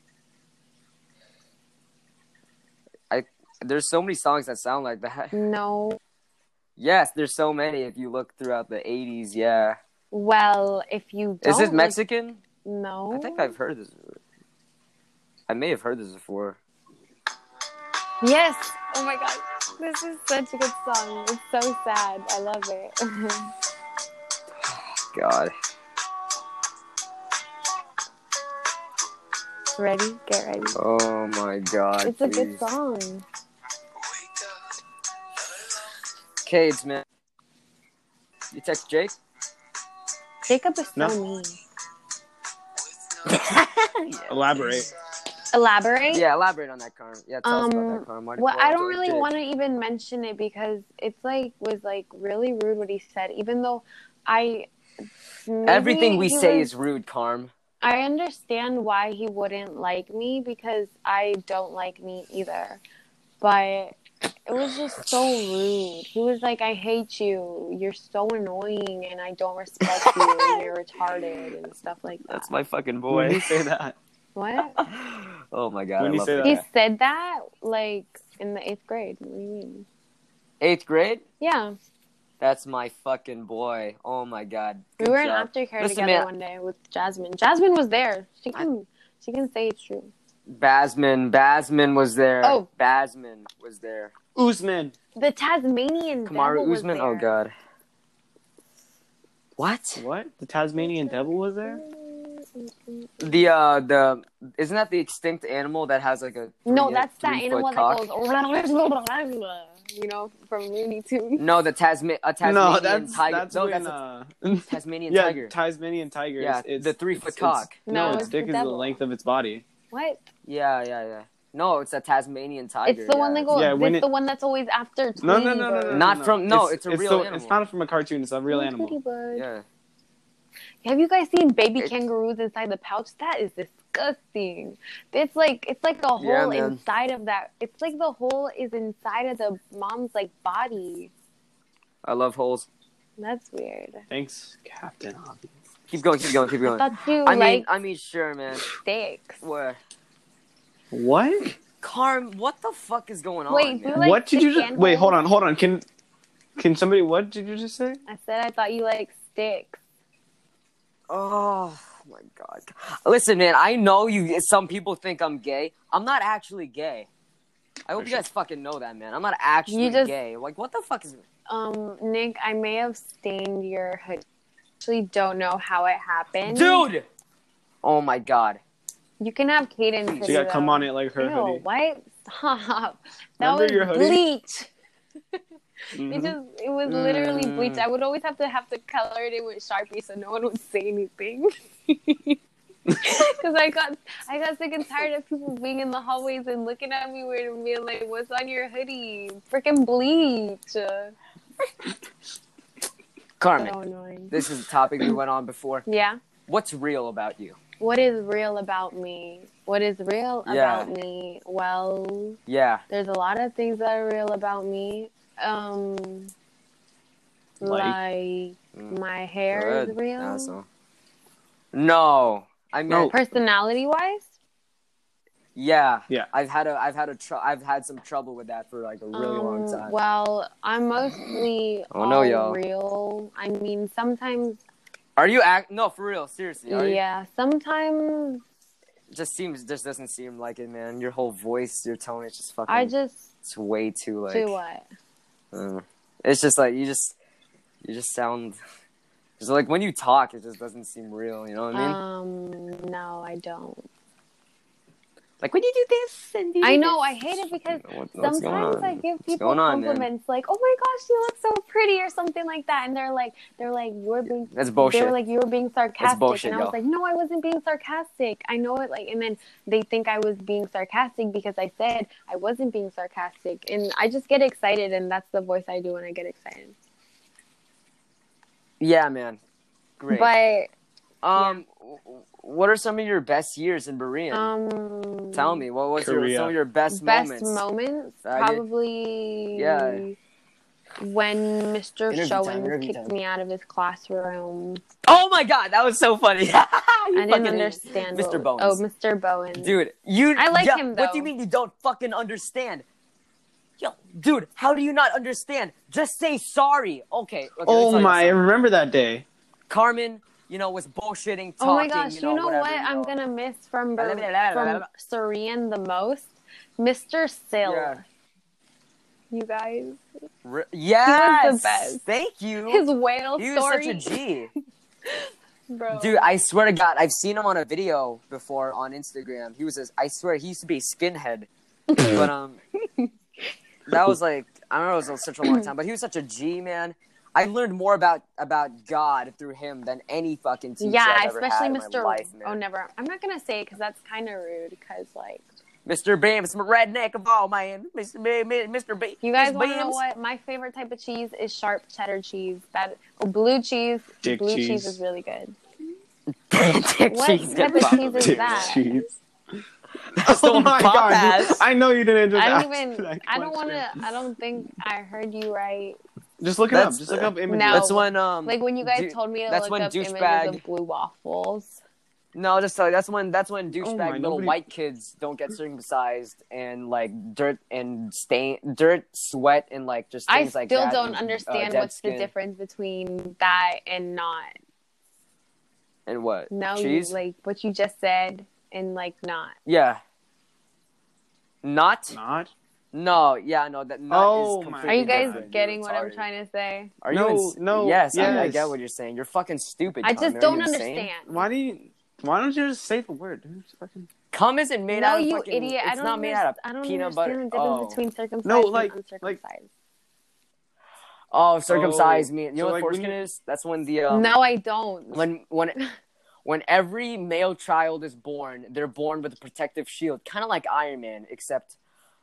C: There's so many songs that sound like
B: Mm.
C: that.
B: No.
C: <laughs> Yes, there's so many. If you look throughout the 80s, yeah.
B: Well, if you don't,
C: Is this
B: like-
C: Mexican?
B: no.
C: I think
B: Oh.
C: I've heard this. I may have heard this before.
B: Yes. Oh my god, this is such a good song. It's so sad. I love it. <laughs>
C: God.
B: ready? Get ready.
C: Oh my God.
B: It's a
C: please.
B: good song.
C: Cades, man. You text Jake?
B: Jacob is so
D: No.
B: mean.
D: Elaborate.
B: Elaborate.
C: Yeah, elaborate on that, Carm. Yeah, tell us about
B: Um,
C: that, Carm. Why-
B: Well,
C: why
B: I
C: you
B: don't
C: text
B: really
C: Jake?
B: want to even mention it because it's like was like really rude what he said. Even though I maybe
C: Everything we
B: he
C: say
B: was-
C: is rude, Carm.
B: I understand why he wouldn't like me because I don't like me either. But it was just so rude. He was like, "I hate you. You're so annoying, and I don't respect you. and You're retarded and stuff like that."
C: my fucking
D: When you <laughs> say that,
B: What
C: <laughs> oh my God.
D: When
C: I
D: you
C: love
D: say
C: it.
D: that-
B: he said that like in the eighth grade. What do you mean?
C: Eighth grade?
B: Yeah.
C: That's my fucking boy. Oh my God.
B: We
C: Good
B: were in
C: job.
B: aftercare
C: Listen,
B: together
C: man.
B: one day with Jasmine. Jasmine was there. She can she can say it's true.
C: Basman. Basman was there.
B: Oh.
C: Basman was there.
D: Usman.
B: The Tasmanian devil
C: Kamaru
B: was
C: Usman.
B: there.
C: Oh god. What?
D: What? The Tasmanian devil was there?
B: Mm,
C: The uh the isn't that the extinct animal that has like a
B: No,
C: three-
B: that's that
C: three-foot
B: animal
C: cock?
B: that goes. You know, from Looney Tunes.
C: No, the Tasman a Tasmanian
D: no, that's
C: tiger.
D: that's
C: no,
D: when,
C: that's
D: uh, <laughs>
C: a Tasmanian
D: yeah,
C: tiger.
D: Tasmanian tiger.
C: Yeah,
D: it's, it's-
C: the three-foot
D: it's- it's-
C: cock.
B: No,
D: No, its
B: it's the
D: dick is the
B: devil.
D: length of its body.
B: What?
C: Yeah, yeah, yeah. No, it's a Tasmanian tiger.
B: It's the one
C: yeah.
B: that goes.
D: Yeah, when
B: it's
D: it-
B: the one that's always after.
D: No, no, no, no, no, no,
C: Not
D: no.
C: from- no, it's a real
D: the-
C: animal.
D: It's not from a cartoon. It's a real animal.
B: Ladybird.
C: Yeah.
B: Have you guys seen baby
C: It-
B: kangaroos inside the pouch? That is disgusting. It's like it's like a
C: Yeah,
B: hole
C: man.
B: inside of that. It's like the hole is inside of the mom's like body.
C: I love holes.
B: That's weird.
D: Thanks, Captain Obvious.
C: Keep going, keep going, keep going.
B: Thought you
C: I mean,
B: like
C: I mean, sure, man.
B: sticks.
C: What?
D: What?
C: Carm, what the fuck is going on?
B: Wait, do
C: man?
B: like
D: what did you
B: stick
D: just? Wait,
B: handles?
D: hold on, hold on. Can can somebody? What did you just say?
B: I said I thought you like sticks.
C: Oh my god. Listen, man, I know you. Some people think I'm gay. I'm not actually gay. I hope you guys fucking know that, man. I'm not actually
B: You just-
C: gay. Like, what the fuck is?
B: Um, Nick, I may have stained your hood. Actually, don't know how it happened,
C: Dude. Oh my god.
B: You can have Caden.
C: She
D: She
B: pity,
D: got come
B: though.
D: on it like her
B: Ew,
D: hoodie.
B: what? Stop. That
D: Remember
B: was
D: your hoodie?
B: bleach. It
D: Mhm.
B: just it was literally
C: Mm.
B: bleach. I would always have to have to color it in with Sharpie so no one would say
D: <laughs>
B: anything. <laughs> Cause I got I got sick and tired of people being in the hallways and looking at me weird and being like, "What's on your hoodie? Freaking bleach!"
C: Carmen,
B: So annoying.
C: this is a topic we went on before.
B: Yeah.
C: What's real about you?
B: What is real about me? What is real
C: Yeah.
B: about me? Well,
C: Yeah.
B: there's a lot of things that are real about me. Um, like,
D: Like?
B: my hair
C: Mm.
B: is
C: Good.
B: real.
C: That's all. No, I mean,
D: No.
B: Personality wise,
C: yeah,
D: Yeah.
C: I've had a, I've had a, tr- I've had some trouble with that for like a really long time.
B: Um, Well, I'm mostly
C: Oh, no,
B: all
C: y'all.
B: real. I mean, sometimes,
C: Are you act? No, for real, seriously. Are you-
B: yeah, sometimes
C: just seems just doesn't seem like it, man. Your whole voice, your tone, it's just fucking.
B: I just
C: it's way too like.
B: do what?
C: uh, it's just like you just you just sound. It's like when you talk, it just doesn't seem real. You know what I mean?
B: um, no, I don't.
C: like when you do this and you.
B: I
C: do
B: know
C: this.
B: I hate it because
C: What- what's going
B: sometimes
C: on?
B: I give people
C: going on, man?
B: compliments like, "Oh my gosh, you look so pretty" or something like that, and they're like, "They're like, you're being
C: That's
B: They
C: bullshit.
B: were like, you were being sarcastic.
C: bullshit,
B: and I was
C: y'all.
B: like, no, I wasn't being sarcastic. I know it. Like, and then they think I was being sarcastic because I said I wasn't being sarcastic. And I just get excited. And that's the voice I do when I get excited.
C: yeah, man. Great.
B: But,
C: um, w- w- what are some of your best years in Berean?
B: um,
C: Tell me, what was your
D: Korea.
C: some of your best,
B: best
C: moments?
B: moments.
C: Faggot.
B: probably.
C: Yeah.
B: When Mr.
C: Interview time,
B: Showens
C: interview
B: kicked
C: time.
B: me out of his classroom,
C: oh my god, that was so funny. <laughs> You
B: I didn't
C: fucking-
B: understand.
C: Mr.
B: what-
C: Bowens.
B: Oh, Mr. Bowen.
C: Dude, you.
B: I like
C: yeah,
B: him,
C: What do you
B: though.
C: mean you don't fucking understand? Yo, dude, how do you not understand? Just say sorry. Okay. okay let me tell
D: Oh
C: you
D: my! I
C: something.
D: remember that day.
C: Carmen, you know, was bullshitting, talking.
B: Oh my gosh,
C: you
B: you
C: know,
B: know,
C: whatever,
B: what
C: you
B: I'm
C: know.
B: gonna miss from
C: Blah,
B: Ber-
C: blah, blah, blah,
B: from
C: blah.
B: Serene the most? Mr. Sill.
C: Yeah.
B: You guys.
C: Re- yes.
B: best.
C: Thank you.
B: His whale
C: he was
B: story.
C: such a G.
B: bro.
C: Dude, I swear to God, I've seen him on a video before on Instagram. He was, a, I swear, he used to be a skinhead, but um, that was like I don't know, it was such a long time. But he was such a G man. I learned more about about God through him than any fucking teacher.
B: yeah,
C: I've ever
B: especially
C: had In my
B: Mr.
C: life, man.
B: oh, never. I'm not gonna say it because that's kind of rude. Because like,
C: Mr. Beams, my redneck of all man. Mr. Be- Mi- Mr. Be-
B: you guys
C: Miss
B: want to know
C: Beams.
B: what my favorite type of cheese is? Sharp cheddar cheese. That oh, blue cheese.
D: Dick
B: blue cheese.
D: cheese.
B: is really good.
C: <laughs> Dick
B: What
C: cheese,
B: type
C: good
B: of
C: fuck.
B: cheese is that?
D: Jeez.
C: So <laughs>
D: <laughs>
B: <laughs>
D: Oh my
C: pop
D: god!
C: ass.
D: I know you didn't just
B: I
D: ask
B: don't even.
D: <laughs> that
B: I don't want
D: question.
B: to. I don't think I heard you right.
D: Just look it
C: That's
D: up. Just look up
C: the-
D: images.
B: No.
C: That's when um
B: Like when you guys
C: du-
B: told me to
C: that's
B: look
C: when
B: up
C: douchebag-
B: images of blue waffles.
C: No, just like that's when that's when douchebag
D: Oh my,
C: little
D: nobody-
C: white kids don't get circumcised and like dirt and stain, dirt, sweat, and like just
B: I
C: things
B: still
C: like that.
B: don't
C: and, uh,
B: understand
C: dead
B: what's the
C: skin.
B: difference between that and not.
C: And what?
B: No, you,
C: cheese.
B: like what you just said and like not.
C: yeah. Not
D: Not
C: No, yeah, no, that nut
D: Oh
C: is
D: my
C: completely
B: Are you guys
C: different.
D: dude,
B: getting what I'm
D: sorry.
B: trying to say?
D: Are
C: no,
D: you?
C: it's-
D: ins- no.
C: Yes, I- I,
D: yes.
C: get what you're saying. You're fucking stupid.
B: I
C: Tom.
B: just
C: Are
B: don't
C: you insane?
B: understand.
D: Why do you? Why don't you just say the word, dude? It's fucking-
C: Cum isn't made
B: no,
C: out of
B: you
C: fucking,
B: idiot!
C: It's
B: I don't
C: not made
B: understand-
C: out of
B: I don't
C: peanut
B: understand
C: butter.
B: the difference
C: Oh.
B: between circumcised
D: No,
B: and
D: like-
B: uncircumcised.
C: oh, circumcised
D: Oh.
C: meat. You
D: So,
C: know what
D: like, when
C: foreskin
D: you-
C: is? That's when the um,
B: no, I don't.
C: when when
B: <laughs>
C: when every male child is born, they're born with a protective shield, kind of like Iron Man, except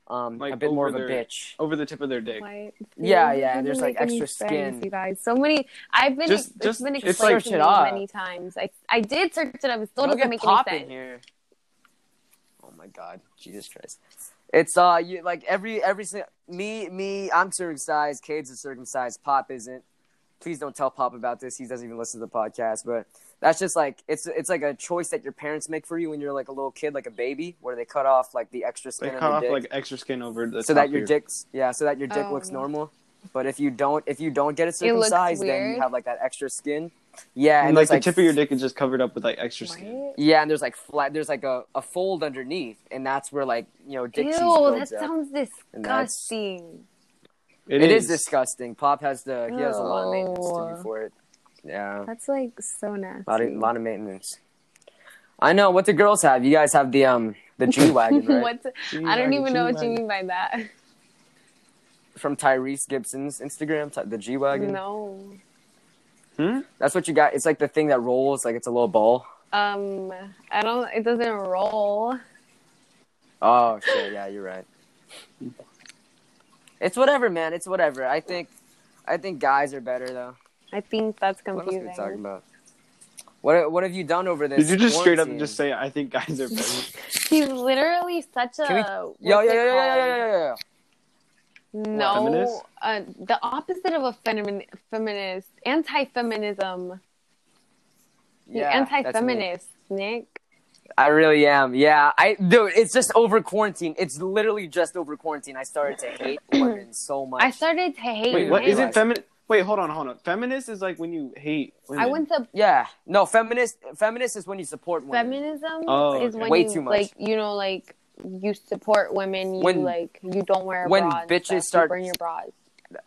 C: um,
D: Like
C: a bit more of
D: over
C: a
D: their-
C: bitch.
D: Over the tip of their dick.
B: Why-
C: Yeah,
B: It
C: yeah,
B: doesn't
C: there's, like,
B: make any
C: extra
B: sense,
C: skin.
B: You guys, so many. I've been
D: Just-
B: it's
D: just-
B: been
D: it's
B: explained
C: like-
B: to
C: Search it
B: me
C: up.
B: many times. I I did search it up. It still
C: Don't
B: doesn't
C: get
B: make any
C: poppin'
B: sense.
C: here. Oh my god, Jesus Christ! It's uh, you like every every si- me me. I'm circumcised. Cade's is circumcised. Pop isn't. Please don't tell Pop about this. He doesn't even listen to the podcast. But that's just like it's it's like a choice that your parents make for you when you're like a little kid, like a baby, where they cut off like the extra skin.
D: They cut
C: of your
D: off
C: dick.
D: like extra skin over the
C: so
D: top
C: that
D: of
C: your dick's yeah, so that your dick
B: Oh,
C: looks
B: yeah.
C: normal. But if you don't if you don't get it
B: It looks
C: circumcised, then you
B: weird.
C: have like that extra skin. Yeah,
D: And
C: and
D: like
C: there's,
D: the tip of your dick is just covered up with like extra skin.
B: What?
C: Yeah, and there's like flat there's like a, a fold underneath, and that's where like you know dick cheese
B: Ew, that
C: builds up.
B: sounds
C: And that's-
B: disgusting.
C: it is. disgusting. Pop has the he has a lot of maintenance to
B: Ew.
C: do for it. Yeah,
B: That's like so nasty.
C: a lot of, lot of maintenance. I know what the girls have. You guys have the um the G
B: <laughs>
C: wagon right?
B: What's I don't even know what you mean by that.
C: from Tyrese Gibson's Instagram. Ty- The G wagon.
B: No.
D: Hmm?
C: That's what you got. It's like the thing that rolls. Like it's a little ball.
B: Um, I don't. It doesn't roll.
C: Oh shit, yeah, you're right. It's whatever, man. It's whatever. I think, I think guys are better though.
B: I think that's
C: What else are we talking
B: confusing.
C: about? What What have you done over this?
D: Did you just straight up
C: quarantine?
D: just say, "I think guys are"? better"?
B: <laughs> He's literally such
C: Can we-
B: a
C: Yo,
B: what's
C: yo, yo, yo, yo,
B: it
C: yo,
B: called?
C: yo, yo, yo.
B: No,
D: Feminist?
B: Uh, the opposite of a femin- feminist, anti-feminism, You're
C: Yeah, that's me.
B: anti-feminist, Nick.
C: I really am. Yeah, I dude. It's just over quarantine. It's literally just over quarantine. I started to hate women so much.
B: I started to hate.
D: Wait, what
B: men.
D: is it? Feminist? Wait, hold on, hold on. Feminist is like when you hate. Women.
B: I went to
C: yeah, no, feminist. Feminist is when you support women.
B: feminism
D: Oh,
B: is
D: okay.
B: when
C: Way
B: you
C: too much.
B: like you know like you support women. You
C: When-
B: like you don't wear a
C: when
B: bra and
C: bitches
B: stuff, you
C: start-
B: burn your bras.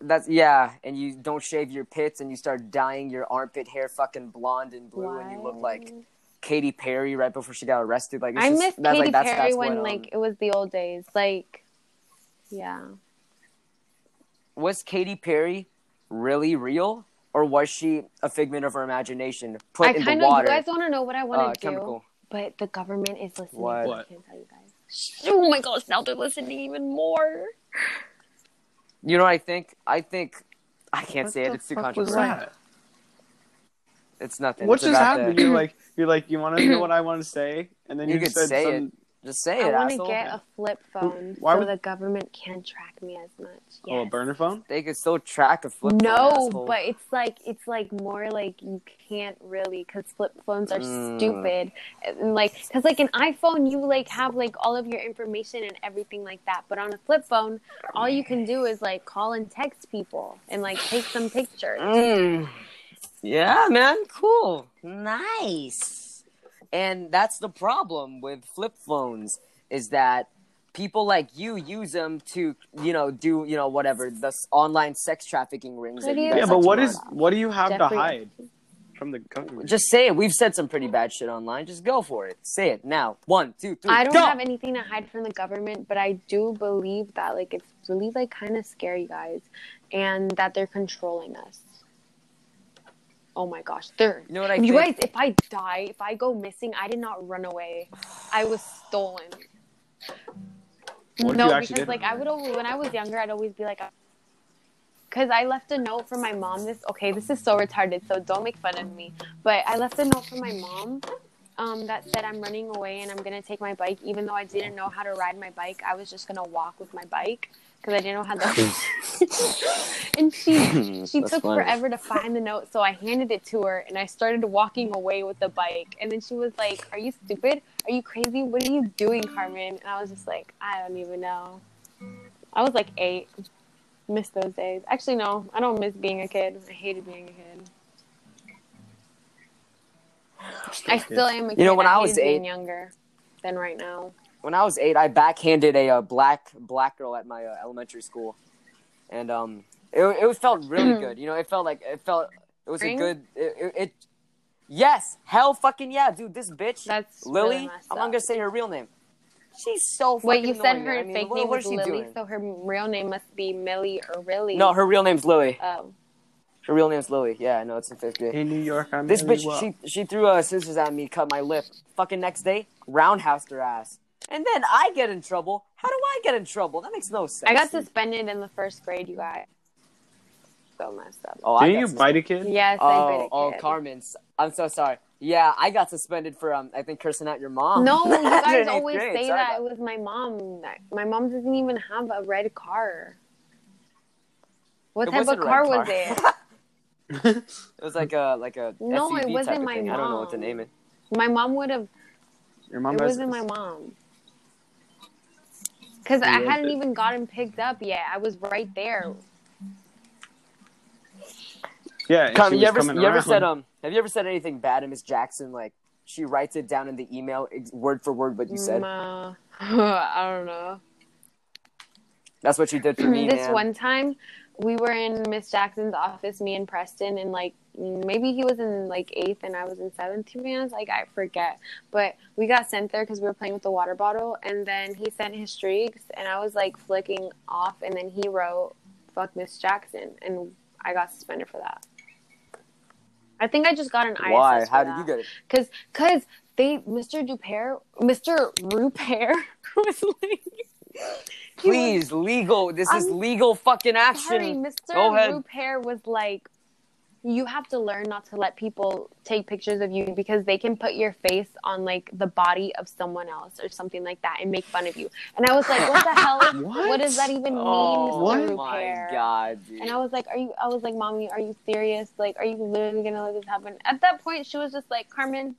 C: That's yeah, and you don't shave your pits, and you start dyeing your armpit hair fucking blonde and blue, and you look like
B: What?
C: Katy Perry right before she got arrested. Like it's
B: I
C: just,
B: miss
C: that's,
B: Katy
C: like, that's,
B: Perry
C: that's
B: when
C: what, um,
B: like it was the old days. Like, yeah,
C: was Katy Perry really real or was she a figment of her imagination put
B: I
C: in
B: kind
C: the
B: of. You
C: water?
B: guys want to know what I
C: uh,
B: want to do?
C: chemical.
B: But the government is listening.
C: What?
B: I can't tell you guys. Oh my gosh, now they're listening even more.
C: You know what I think? I think I can't
B: What
C: say it.
B: the
C: It's too
B: fuck was
C: controversial.
D: What,
C: It's nothing.
D: what
C: It's
D: just
C: about
D: happened?
C: the-
D: You're like, you're like, you want to know what I want to say, and then
C: You
D: you,
C: could
D: said
C: say
D: some.
C: Just say
B: I
C: it,
B: want to
C: asshole.
B: get a flip phone
D: Why
B: so
D: would-
B: the government can't track me as much.
D: Oh, a
B: Yes.
D: burner phone.
C: They could still track a flip. phone,
B: no,
C: asshole.
B: but it's like it's like more like you can't really because flip phones are
C: Mm.
B: stupid, and like because like an iPhone you like have like all of your information and everything like that, but on a flip phone all you can do is like call and text people and like take some pictures.
C: Mm. Yeah, man. Cool. Nice. And that's the problem with flip phones is that people like you use them to, you know, do, you know, whatever, the s- online sex trafficking rings. that you
B: Yeah,
C: guys
D: Yeah,
B: That's
D: but
C: touch
D: what
C: on.
D: is? What do you have to
B: Jeffrey-
D: hide from the government?
C: Just say it. We've said some pretty bad shit online. Just go for it. Say it now. One, two, three.
B: I don't
C: go!
B: have anything to hide from the government, but I do believe that like it's really like kind of scary, guys, and that they're controlling us. Oh my gosh, they're
C: You know what I
B: you guys.
C: think?
B: If I die, if I go missing, I did not run away. I was stolen.
D: What if you
B: no,
D: actually
B: because
D: did
B: like
D: run
B: I would always, when I was younger, I'd always be like. Because I left a note for my mom. This okay. This is so retarded. So don't make fun of me. But I left a note for my mom um, that said I'm running away and I'm gonna take my bike, even though I didn't know how to ride my bike. I was just gonna walk with my bike because I didn't know how to. <laughs> and she
C: <laughs>
B: she
C: That's
B: took
C: funny.
B: forever to find the note, so I handed it to her and I started walking away with the bike. And then she was like, "Are you stupid? Are you crazy? What are you doing, Carmen?" And I was just like, "I don't even know." I was like eight. Miss those days. Actually, no, I don't miss being a kid. I hated being a kid. I still am a kid.
C: You know, when I was
B: hated being
C: eight-
B: younger than right now.
C: when I was eight, I backhanded a, uh black black girl at my uh, elementary school, and um, it it felt
B: <clears throat>
C: really good. You know, it felt like it felt it was
B: Ring?
C: a good it, it, it. Yes, hell, fucking yeah, dude. This bitch,
B: That's
C: Lily.
B: really messed
C: I'm not
B: up.
C: gonna say her real name. She's so. Fucking
B: Wait, you said
C: annoying.
B: her
C: I mean,
B: fake
C: what-
B: name
C: what
B: was
C: is she
B: Lily,
C: doing?
B: so her real name must be Millie or Rilly.
C: No, her real name's Lily.
B: Oh.
C: Her real name's Lily. Yeah, no, it's in fifth grade.
D: In New York, I'm
C: This bitch, she she threw uh, scissors at me, cut my lip. Fucking next day, roundhouse her ass. And then I get in trouble. How do I get in trouble? That makes no sense.
B: I got
C: dude.
B: suspended in the first grade, you guys. So messed up.
C: Oh, I
D: Didn't you
C: got suspended.
D: bite a kid?
B: Yes, I bit
C: Oh,
B: a
C: oh,
B: kid.
C: Carmen's. I'm so sorry. Yeah, I got suspended for um, I think cursing out your mom. <laughs>
B: No, you
C: In
B: guys
C: eighth
B: always
C: grade.
B: say
C: Sorry
B: that it
C: about
B: was my mom. My mom doesn't even have a red car. What
C: It
B: type
C: wasn't
B: of
C: a red
B: car,
C: car.
B: was it?
C: <laughs>
D: <laughs>
C: It was like a like a
B: No,
C: SUV
B: it
C: type
B: wasn't
C: of
B: my
C: thing. I don't know what to
B: mom.
C: name it.
B: My mom would have.
D: Your mom
B: It
D: has-
B: wasn't my mom. Because I
D: Who was
B: hadn't
D: it?
B: even gotten picked up yet. I was right there.
D: Yeah, and
C: Carmen,
D: she
C: you
D: was
C: ever
D: coming
C: you ever
D: around.
C: said um, have you ever said anything bad to Miss Jackson? Like she writes it down in the email ex- word for word what you
B: Mm,
C: said.
B: Ma- uh, <laughs> I don't know.
C: That's what you did for me,
B: Mm-hmm. this
C: man.
B: one time we were in miss jackson's office me and preston and like maybe he was in like eighth and i was in seventh to be honest like i forget but we got sent there because we were playing with the water bottle and then he sent his streaks and i was like flicking off and then he wrote fuck miss jackson and i got suspended for that i think i just got an ISS
C: Why?
B: for
C: How
B: that.
C: did you get it?
B: Cause, cause they, Mr. Dupere, Mr. Rupere <laughs> was like, he was
C: Please, legal. This is
B: I'm
C: legal fucking action.
B: Sorry, Mr.
C: Go ahead.
B: Rupert was like, you have to learn not to let people take pictures of you because they can put your face on like the body of someone else or something like that and make fun of you. And I was like, what the
C: <laughs>
B: hell?
D: What?
B: does that even mean,
C: Oh
B: Mr.
D: What?
B: Rupert?
C: my god, dude.
B: And I was like, are you? I was like, mommy, are you serious? Like, are you literally gonna let this happen? At that point, she was just like, Carmen,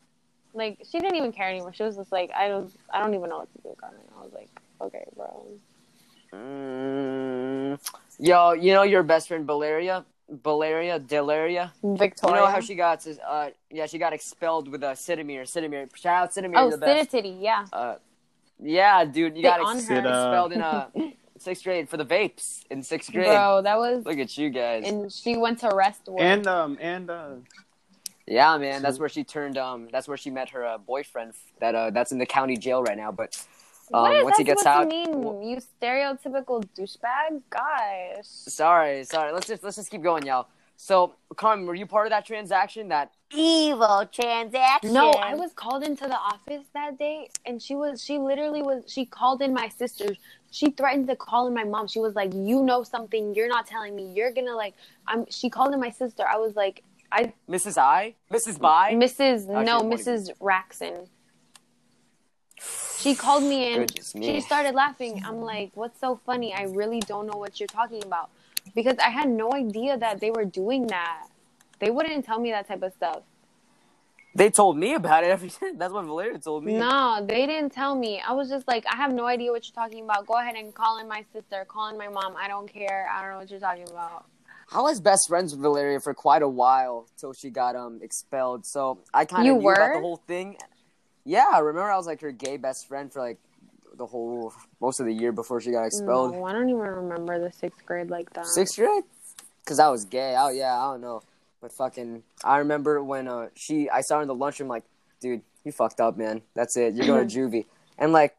B: like she didn't even care anymore. She was just like, I don't, I don't even know what to do, Carmen. I was like, okay, bro.
C: Mm, yo, you know your best friend Valeria, Valeria Delaria.
B: Victoria.
C: You know how she got? sus- Uh, yeah, she got expelled with uh, Sidamir. Sidamir, shout out Sidamir,
B: oh,
C: you're the best.
B: Sidititty, yeah.
C: Uh, yeah, dude, you
B: Sit
C: got
B: on
C: ex-
B: her. Sit
C: expelled in
B: <laughs>
C: uh, sixth grade for the vapes in sixth grade.
B: Bro, that was
C: Look at you guys.
B: and she went to rest work.
D: And um and uh
C: Yeah, man, that's where she turned. Um, that's where she met her uh, boyfriend. That uh, that's in the county jail right now. But um,
B: What is
C: once
B: that
C: he gets
B: supposed
C: out,
B: to mean? you stereotypical douchebag, gosh.
C: sorry, sorry. Let's just let's just keep going, y'all. So, Carmen, were you part of that transaction? That evil transaction?
B: No, I was called into the office that day, and she was she literally was she called in my sister. She threatened to call in my mom. She was like, "You know something? You're not telling me. You're gonna like." I'm. She called in my sister. I was like, "I
C: Mrs. I, Mrs. By.
B: Mrs. no,
C: it wouldn't
B: Mrs. Raxon. She called me in.
C: Goodness
B: She
C: me.
B: started laughing. I'm like, what's so funny? I really don't know what you're talking about. Because I had no idea that they were doing that. They wouldn't tell me that type of stuff.
C: They told me about it. <laughs> Every time. That's what Valeria told me.
B: No, they didn't tell me. I was just like, I have no idea what you're talking about. Go ahead and call in my sister, call in my mom. I don't care. I don't know what you're talking about.
C: I was best friends with Valeria for quite a while till she got um expelled. So I kind
B: You
C: of knew about
B: were?
C: the whole thing. Yeah, I remember I was like her gay best friend for like the whole most of the year before she got expelled.
B: No, I don't even remember the sixth grade like that.
C: Sixth grade, because I was gay. Oh yeah, I don't know, but fucking, I remember when uh she I saw her in the lunchroom like, dude, you fucked up, man. That's it. You're
B: <laughs>
C: going to juvie. And like,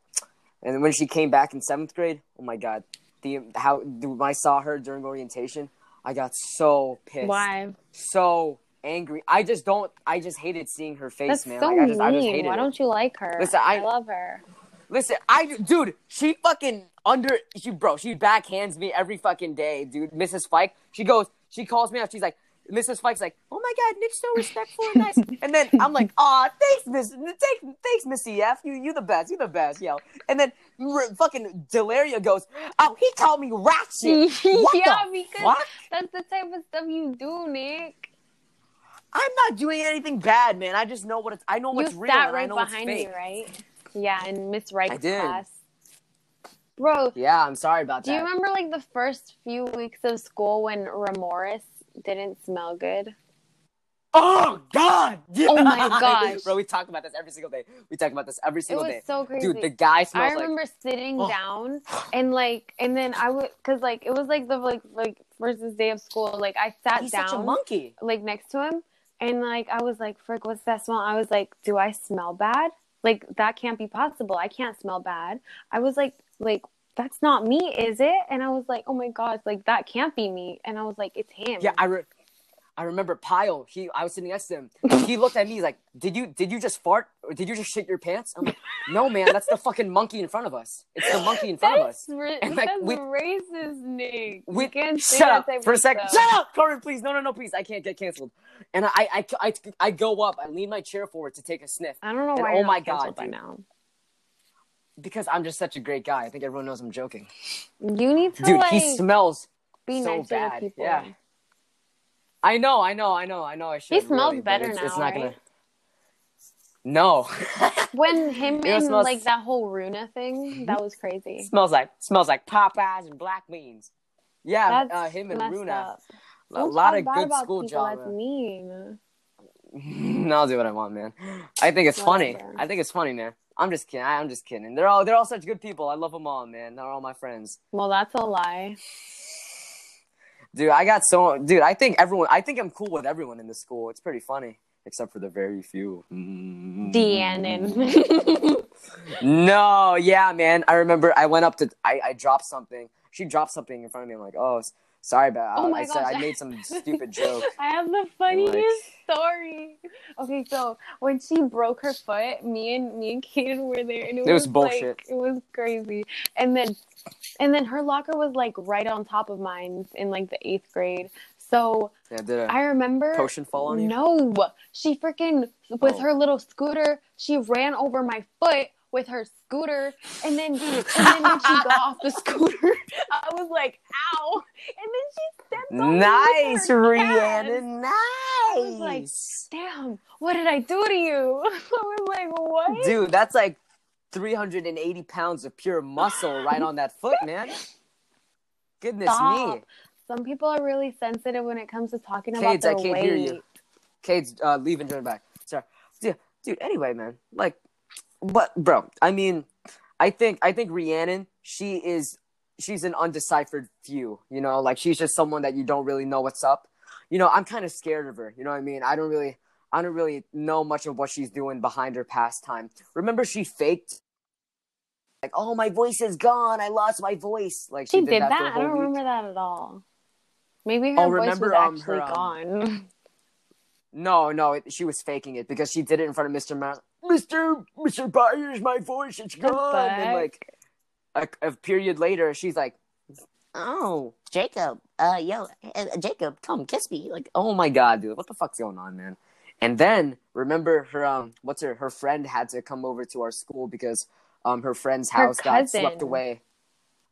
C: and when she came back in seventh grade, oh my god, the how when I saw her during orientation, I got so pissed
B: Why?
C: so angry. I just don't. I just hated seeing her face,
B: That's
C: man.
B: so
C: like, I just,
B: mean.
C: I just hated
B: Why
C: it.
B: don't you like her?
C: Listen,
B: I,
C: I-
B: love her.
C: Listen, I dude, she fucking under she bro. She backhands me every fucking day, dude. Mrs. Fike, she goes, she calls me out. She's like. Mrs. Fike's like, oh my god, Nick's so respectful and
B: <laughs>
C: nice. and then I'm like, aw, thanks, Miss, thanks, thanks, Miss EF. You, you the best, you the best, yo. And then r- fucking Delaria goes, oh, he called me
B: <laughs>
C: ratchet. What
B: yeah,
C: the
B: because
C: fuck?
B: that's the type of stuff you do, Nick.
C: I'm not doing anything bad, man. I just know what Oh, it's. I know
B: You
C: what's
B: sat
C: real. and I
B: right
C: know
B: behind
C: what's
B: me,
C: fake.
B: right? Yeah, in Miss Reich's
C: did.
B: class. Bro,
C: Yeah, I'm sorry about
B: do
C: that.
B: you remember like the first few weeks of school when Remoris didn't smell good?
C: Oh God! <laughs>
B: Oh, my gosh.
C: bro, we talk about this every single day. We talk about this every
B: It
C: single
B: was
C: day,
B: so crazy.
C: dude. The guy
B: I
C: smells like
B: remember sitting
C: Oh.
B: down and like, and then I would, cause like it was like the like like first day of school. Like I sat
C: he's
B: down
C: such a monkey.
B: like next to him, and like I was like, "Frick, what's that smell?" I was like, "Do I smell bad? Like that can't be possible. I can't smell bad." I was like, "Like that's not me, is it?" And I was like, "Oh my gosh, like that can't be me." And I was like, "It's him."
C: Yeah, I, re- I remember Pyle. He, I was sitting next
B: <laughs>
C: to him. He looked at me he's like, "Did you, did you just fart or did you just shit your pants?" I'm like, "No, man, that's the fucking monkey in front of us. It's the monkey
B: <laughs>
C: in front of us."
B: that's, ra-
C: And, like,
B: that's
C: we-
B: <laughs> racist, Nick.
C: We
B: you can't say
C: shut
B: that
C: up
B: type
C: for a
B: of
C: second.
B: stuff.
C: Shut up, Corin, please. No, no, no, please. I can't get canceled. And I, I, I, I go up. I lean my chair forward to take a sniff
B: I don't know
C: And
B: why.
C: oh
B: you're not
C: my God,
B: canceled by
C: dude.
B: now.
C: because I'm just such a great guy. I think everyone knows I'm joking.
B: You need to
C: Dude,
B: like
C: he smells.
B: be
C: so
B: nicer
C: bad.
B: to people.
C: Yeah. I know, I know, I know, I know. I should.
B: smells
C: really, but
B: better
C: it's, It's
B: now,
C: not gonna.
B: right? <laughs>
C: No, <laughs>
B: When him
C: You know,
B: and
C: smells-
B: like that whole Runa thing, that was crazy.
C: smells like smells like Popeyes and black beans. <laughs> Yeah,
B: That's
C: uh, him and
B: messed
C: Runa.
B: up.
C: A
B: Don't
C: lot
B: talk
C: of
B: bad
C: good
B: about
C: school
B: people, That's
C: drama.
B: mean.
C: <laughs> I'll do what I want, man. I think it's funny.
B: Whatever.
C: I think it's funny, man. I'm just kidding. I'm just kidding. They're all they're all such good people. I love them all, man. They're all my friends.
B: Well, that's a lie.
C: Dude, I got so dude. I think everyone. I think I'm cool with everyone in this school. It's pretty funny, except for the very few.
B: Deannon.
C: No, yeah, man. I remember I went up to I, I dropped something. She dropped something in front of me. I'm like, oh, s- sorry about.
B: Oh my
C: I said
B: gosh.
C: I made
B: <laughs>
C: some stupid joke.
B: I have the funniest story. Okay, so when she broke her foot, me and me and Kaden were there, and it,
C: It was bullshit.
B: Like, it was crazy, and then and then her locker was like right on top of mine in like the eighth grade. So
C: Yeah, did a
B: I remember
C: potion fall on you?
B: No, she freaking with
C: Oh.
B: her little scooter. She ran over my foot with her scooter, and then and then when
C: <laughs>
B: she got off the scooter, <laughs> I was like, "Ow!" And then she stepped on me. with
C: Nice,
B: her calves.
C: Rhiannon.
B: was like,
C: Nice,
B: Damn, what did I do to you? <laughs> I was like, "What?"
C: dude. That's like 380 pounds of pure muscle right on that foot, man. Goodness
B: Stop.
C: me,
B: Some people are really sensitive when it comes to talking about
C: Cades,
B: their
C: I can't
B: weight.
C: hear you. Cade's uh, leaving, turn back. Sorry, dude. Dude, anyway, man. Like, but bro, I mean, I think I think Rhiannon, she is, she's an undeciphered few. You know, like she's just someone that you don't really know what's up. You know, I'm kind of scared of her. You know what I mean? I don't really, I don't really know much of what she's doing behind her pastime. Remember, she faked. Like, oh, my voice is gone. I lost my voice. Like
B: She,
C: she,
B: did that.
C: for a
B: I
C: whole
B: don't
C: week.
B: remember that at all. Maybe her
C: Oh,
B: voice
C: remember,
B: was
C: um,
B: actually
C: her, um,
B: gone. <laughs>
C: No, no, it, she was faking it because she did it in front of Mr. Mouse. Mr. Mr. Byers, my voice, it's gone. And like a, a period later, she's like,
A: Oh, Jacob. Uh, yo, uh, Jacob, come kiss me. Like,
C: "Oh my god, dude, what the fuck's going on, man?" And then remember her um, what's her her friend had to come over to our school because um her friend's
B: Her
C: house got swept
B: cousin.
C: away.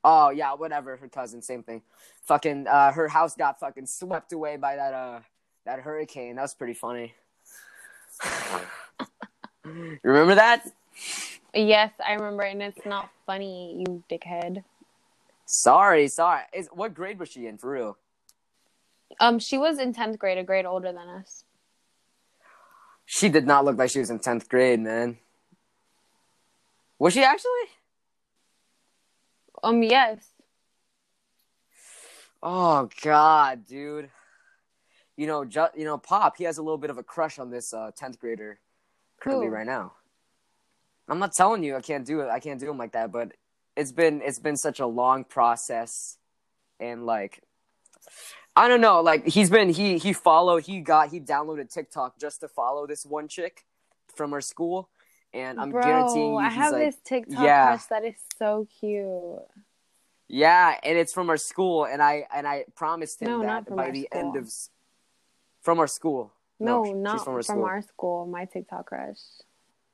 C: Oh yeah, whatever. Her cousin, same thing. Fucking uh, her house got fucking swept away by that uh that hurricane. That was pretty funny. <sighs> you remember that?
B: Yes, I remember, and it's not funny, you dickhead.
C: Sorry, sorry. Is what grade was she in for real?
B: Um, she was in tenth grade, a grade older than us.
C: She did not look like she was in tenth grade, man. Was she actually?
B: Um, yes,
C: Oh God, dude. You know, ju- you know, Pop. He has a little bit of a crush on this uh tenth grader currently
B: Who?
C: right now. I'm not telling you I can't do it. I can't do him like that. But it's been it's been such a long process, and like, I don't know. Like he's been he he followed he got he downloaded TikTok just to follow this one chick from our school, and I'm
B: bro.
C: guaranteeing you
B: I
C: he's
B: have
C: like,
B: this TikTok
C: yeah.
B: crush that is so cute.
C: Yeah, and it's from our school, and I and I promised him
B: No, not
C: that
B: from
C: by
B: our
C: the
B: school.
C: end of s- from our school.
B: No,
C: sh-
B: not
C: she's
B: from, our, school. My TikTok crush.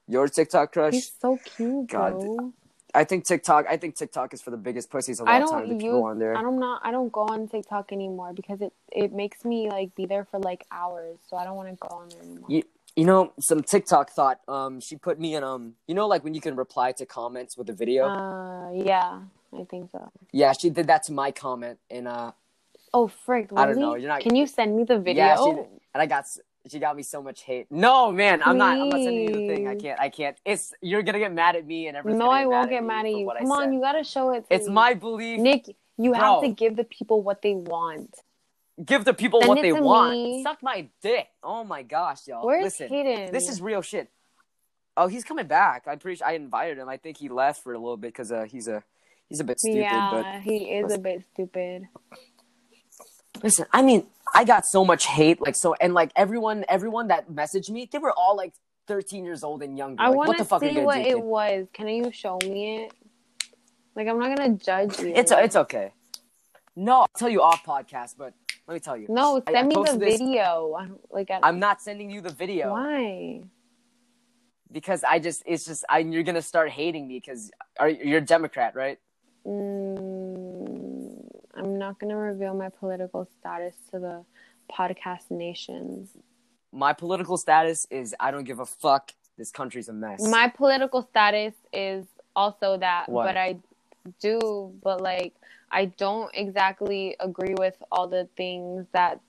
C: Your TikTok crush.
B: He's so cute,
C: God,
B: bro.
C: I think TikTok. I think TikTok is for the biggest pussies of
B: I
C: all time.
B: don't
C: The
B: use.
C: people on there.
B: I don't not. I don't go on TikTok anymore because it it makes me like be there for like hours. So I don't want to go on there anymore.
C: You, you know, some TikTok thought. Um, she put me in. Um, you know, like when you can reply to comments with a video.
B: Uh, yeah, I think so.
C: yeah, she did that to my comment, and uh,
B: Oh frick! Really?
C: I don't know, you're not-
B: Can you send me the video?
C: Yeah, she- and I got s- She got me so much hate. No, man, I'm not. I'm not sending you the thing. I can't. I can't. It's you're gonna get mad at me and everything.
B: No, I won't get mad at you. Come on, you gotta show it. to
C: It's
B: me.
C: my belief.
B: Nick. You have
C: Bro.
B: to give the people what they want.
C: Give the people
B: Send
C: what
B: it
C: they
B: to
C: want.
B: me.
C: Suck my dick. Oh my gosh, y'all.
B: Where's
C: Listen,
B: Hayden?
C: this is real shit. Oh, he's coming back. I'm pretty. Sure I invited him. I think he left for a little bit because uh, he's a he's a bit stupid.
B: yeah.
C: But
B: he is a bit stupid.
C: Listen, I mean, I got so much hate, like so, and like everyone, everyone that messaged me, they were all like 13 years old and younger.
B: I
C: Like,
B: want
C: what
B: to
C: the fuck are
B: see
C: you
B: what
C: gonna do?
B: it was. Can you show me it? Like I'm not gonna judge you.
C: kid? It's it's okay. No, I'll tell you off podcast, but let me tell you.
B: no.
C: I- I
B: Send me the
C: posted this-
B: video. I don't- Like I,
C: I'm not sending you the video
B: why?
C: because I just, it's just, I, you're gonna start hating me because are you're a Democrat, right?
B: Mm, I'm not gonna reveal my political status to the podcast nation.
C: My political status is I don't give a fuck. This country's a mess.
B: My political status is also that,
C: What?
B: but I do, but like I don't exactly agree with all the things that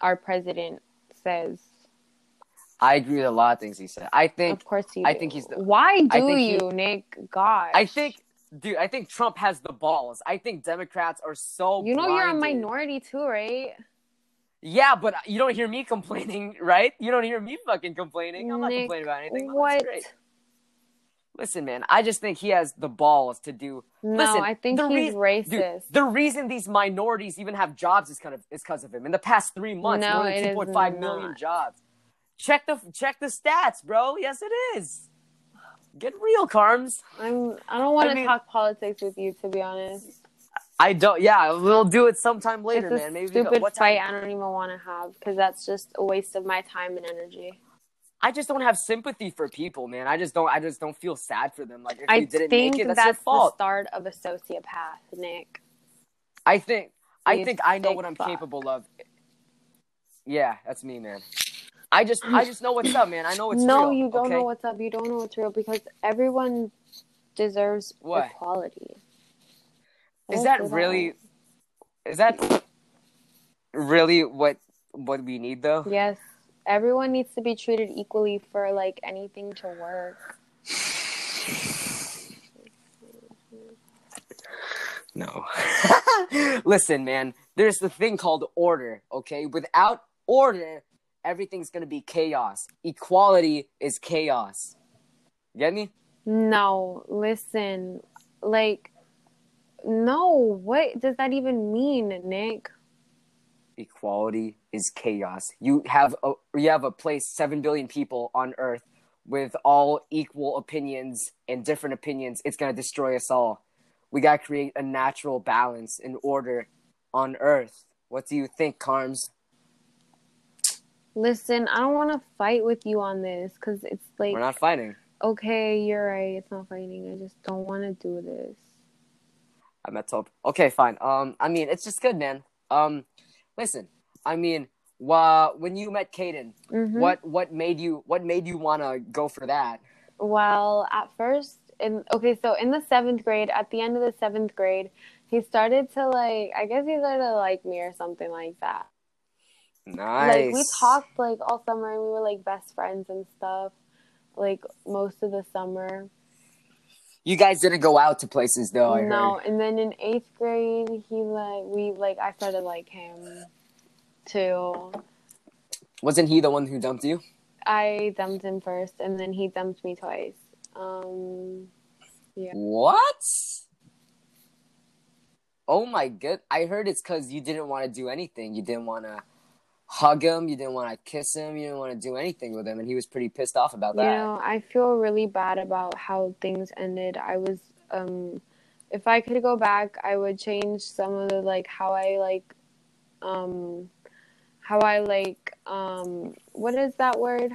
B: our president says.
C: I agree with a lot of things he said. I think
B: Of course you.
C: I
B: do.
C: think he's the-
B: Why
C: I
B: do
C: think he-
B: you, Nick? God,
C: I think, dude, I think Trump has the balls. I think Democrats are so.
B: you know you're a
C: blinded.
B: minority too, right?
C: Yeah, but you don't hear me <laughs> complaining, right? You don't hear me fucking complaining. I'm not
B: Nick,
C: complaining about anything. That's
B: What?
C: great. Listen, man, I just think he has the balls to do.
B: No,
C: Listen,
B: I think
C: the
B: he's
C: rea-
B: racist.
C: Dude, the reason these minorities even have jobs is kind of is because of him. In the past three months,
B: No,
C: more
B: it
C: than
B: is
C: two point five million
B: not.
C: jobs. Check the check the stats, bro. Yes, it is. Get real, Carms.
B: I'm. I don't want to
C: I mean-
B: talk politics with you, to be honest.
C: I don't. Yeah, we'll do it sometime later,
B: it's a
C: man. Maybe we go-
B: stupid
C: what time-
B: fight. I don't even want to have because that's just a waste of my time and energy.
C: I just don't have sympathy for people, man. I just don't. I just don't feel sad for them. Like if
B: I
C: you didn't
B: think
C: make it, that's,
B: that's,
C: your
B: the
C: fault.
B: start of a sociopath, Nick.
C: I think. I
B: You
C: think I know
B: sick
C: what I'm
B: fuck.
C: capable of. Yeah, that's me, man. I just, I just know what's up, man. I know what's
B: no,
C: real.
B: you don't
C: okay?
B: know what's up. You don't know what's real because everyone deserves
C: What?
B: equality.
C: Is
B: Yes,
C: that
B: they
C: really? Is that really what what we need though?
B: don't. Yes, everyone needs to be treated equally for like anything to work.
C: No. <laughs> Listen, man, there's the thing called order, okay? Without order, everything's going to be chaos. Equality is chaos. Get me?
B: No, listen, like, no. What does that even mean, Nick?
C: Equality is chaos. You have a you have a place 7 billion people on earth with all equal opinions and different opinions. It's going to destroy us all. We got to create a natural balance and order on earth. What do you think, Carms?
B: Listen, I don't want to fight with you on this because it's like,
C: We're not fighting.
B: okay, you're right. It's not fighting. I just don't want to do this.
C: I'm not top. Okay, fine. Um, I mean, it's just good, man. Um, listen, I mean, wha- when you met Caden,
B: Mhm.
C: what what made you what made you wanna go for that?
B: Well, at first, in okay, so in the seventh grade, at the end of the seventh grade, he started to like, I guess he started to like me or something like that.
C: Nice.
B: Like we talked like all summer and we were like best friends and stuff, like most of the summer.
C: You guys didn't go out to places though. Oh, I
B: no,
C: heard.
B: and then in eighth grade, he like we like I started to like him too.
C: Wasn't he the one who dumped you?
B: I dumped him first, and then he dumped me twice. Um,
C: What? Oh my good! I heard it's because you didn't want to do anything. You didn't want to hug him. You didn't want to kiss him. You didn't want to do anything with him, and he was pretty pissed off about
B: you
C: that.
B: know, I feel really bad about how things ended. I was, um, if I could go back, I would change some of the like how I like, um, how I like, um, what is that word?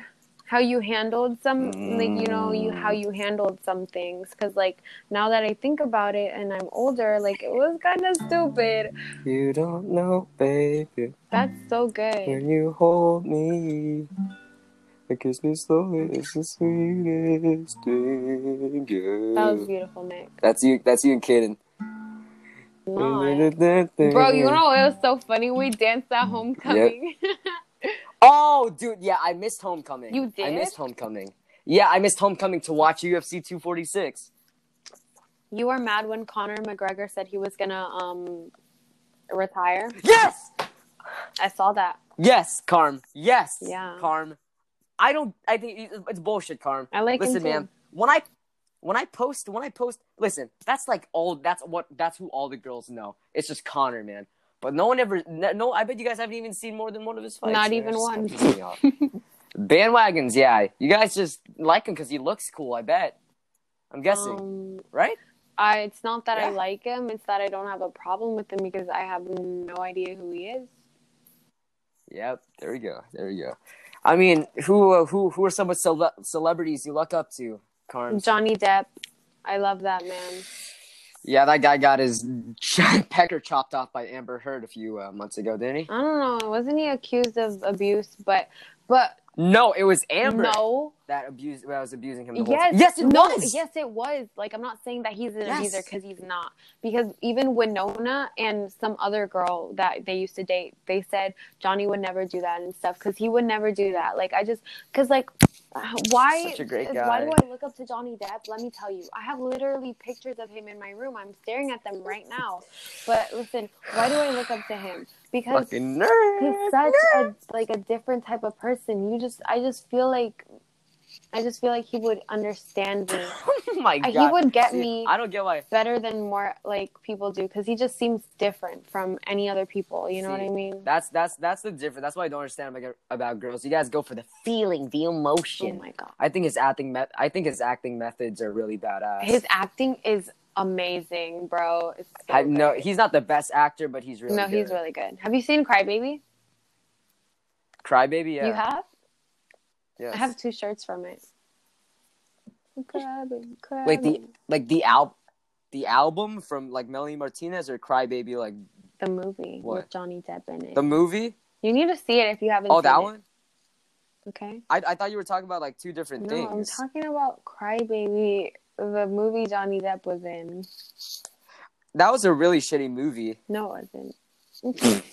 B: How you handled some, like you know, you how you handled some things. Because like now that I think about it, and I'm older, like it was kind of stupid.
C: You don't know, baby.
B: That's so good.
C: When you hold me, it kiss me slowly. It's the sweetest thing.
B: That was beautiful, Nick.
C: That's you. That's you and Kaden.
B: Not. Bro, you know it was so funny? We danced at homecoming.
C: Oh, dude, yeah, I missed Homecoming.
B: You
C: I
B: did?
C: missed Homecoming. Yeah, I missed Homecoming to watch UFC 246.
B: You were mad when Conor McGregor said he was gonna um retire.
C: Yes,
B: I saw that.
C: yes, Carm. Yes,
B: Yeah.
C: Carm. I don't. I think it's bullshit, Carm.
B: I like him
C: listen,
B: too.
C: ma'am. When I when I post, when I post, listen. That's like all. That's what. That's who all the girls know. It's just Connor, man. But no one ever. No, no, I bet you guys haven't even seen more than one of his fights.
B: Not
C: man.
B: even
C: It's
B: one.
C: pissing me off.
B: <laughs>
C: Bandwagons, yeah. You guys just like him because he looks cool. I bet. I'm guessing,
B: Um,
C: right?
B: I, it's not that I
C: Yeah.
B: like him; it's that I don't have a problem with him because I have no idea who he is.
C: Yep. There we go. There we go. I mean, who uh, who who are some of cele- celebrities you look up to, Carms?
B: Johnny Depp, I love that man.
C: Yeah, that guy got his <laughs> pecker chopped off by Amber Heard a few uh, months ago, didn't he?
B: I don't know. Wasn't he accused of abuse? But but
C: No, it was Amber
B: no.
C: that abused. That was abusing him. The whole
B: Yes.
C: time. yes, it
B: no,
C: was.
B: Yes, it was. Like I'm not saying that he's an
C: Yes.
B: abuser because he's not. Because even Winona and some other girl that they used to date, they said Johnny would never do that and stuff because he would never do that. Like I just because like <sighs> why
C: Such a great
B: why do
C: guy.
B: I look up to Johnny Depp? Let me tell you, I have literally pictures of him in my room. I'm staring at them right now. But listen, why do I look up to him? Because
C: Fucking
B: he's
C: nerd.
B: such a like a different type of person. You just I just feel like I just feel like he would understand me
C: <laughs> oh my
B: Uh, he
C: god.
B: would get
C: See,
B: me-
C: I don't get why.
B: better than more like people do because he just seems different from any other people. You know what
C: See,
B: I mean?
C: That's that's that's the difference. That's why I don't understand about, about girls. You guys go for the feeling, the
B: oh
C: emotion.
B: my god,
C: I think his acting. Me- I think his acting methods are really badass.
B: his acting is amazing, bro. It's so
C: I, no,
B: good.
C: he's not the best actor, but he's really
B: no,
C: good.
B: he's really good. Have you seen Crybaby?
C: Crybaby. Yeah,
B: You have?
C: Yes.
B: I have two shirts from it. Crybaby, crybaby.
C: like the like the al- the album from like Melanie Martinez or Crybaby like
B: the movie with
C: What?
B: Johnny Depp in it.
C: the movie.
B: you need to see it if you haven't.
C: Oh,
B: seen
C: that
B: it.
C: one.
B: Okay.
C: I I thought you were talking about like two different
B: No, I'm
C: things.
B: talking about Crybaby, the movie Johnny Depp was in.
C: that was a really shitty movie.
B: No, it
C: <laughs>
B: wasn't. it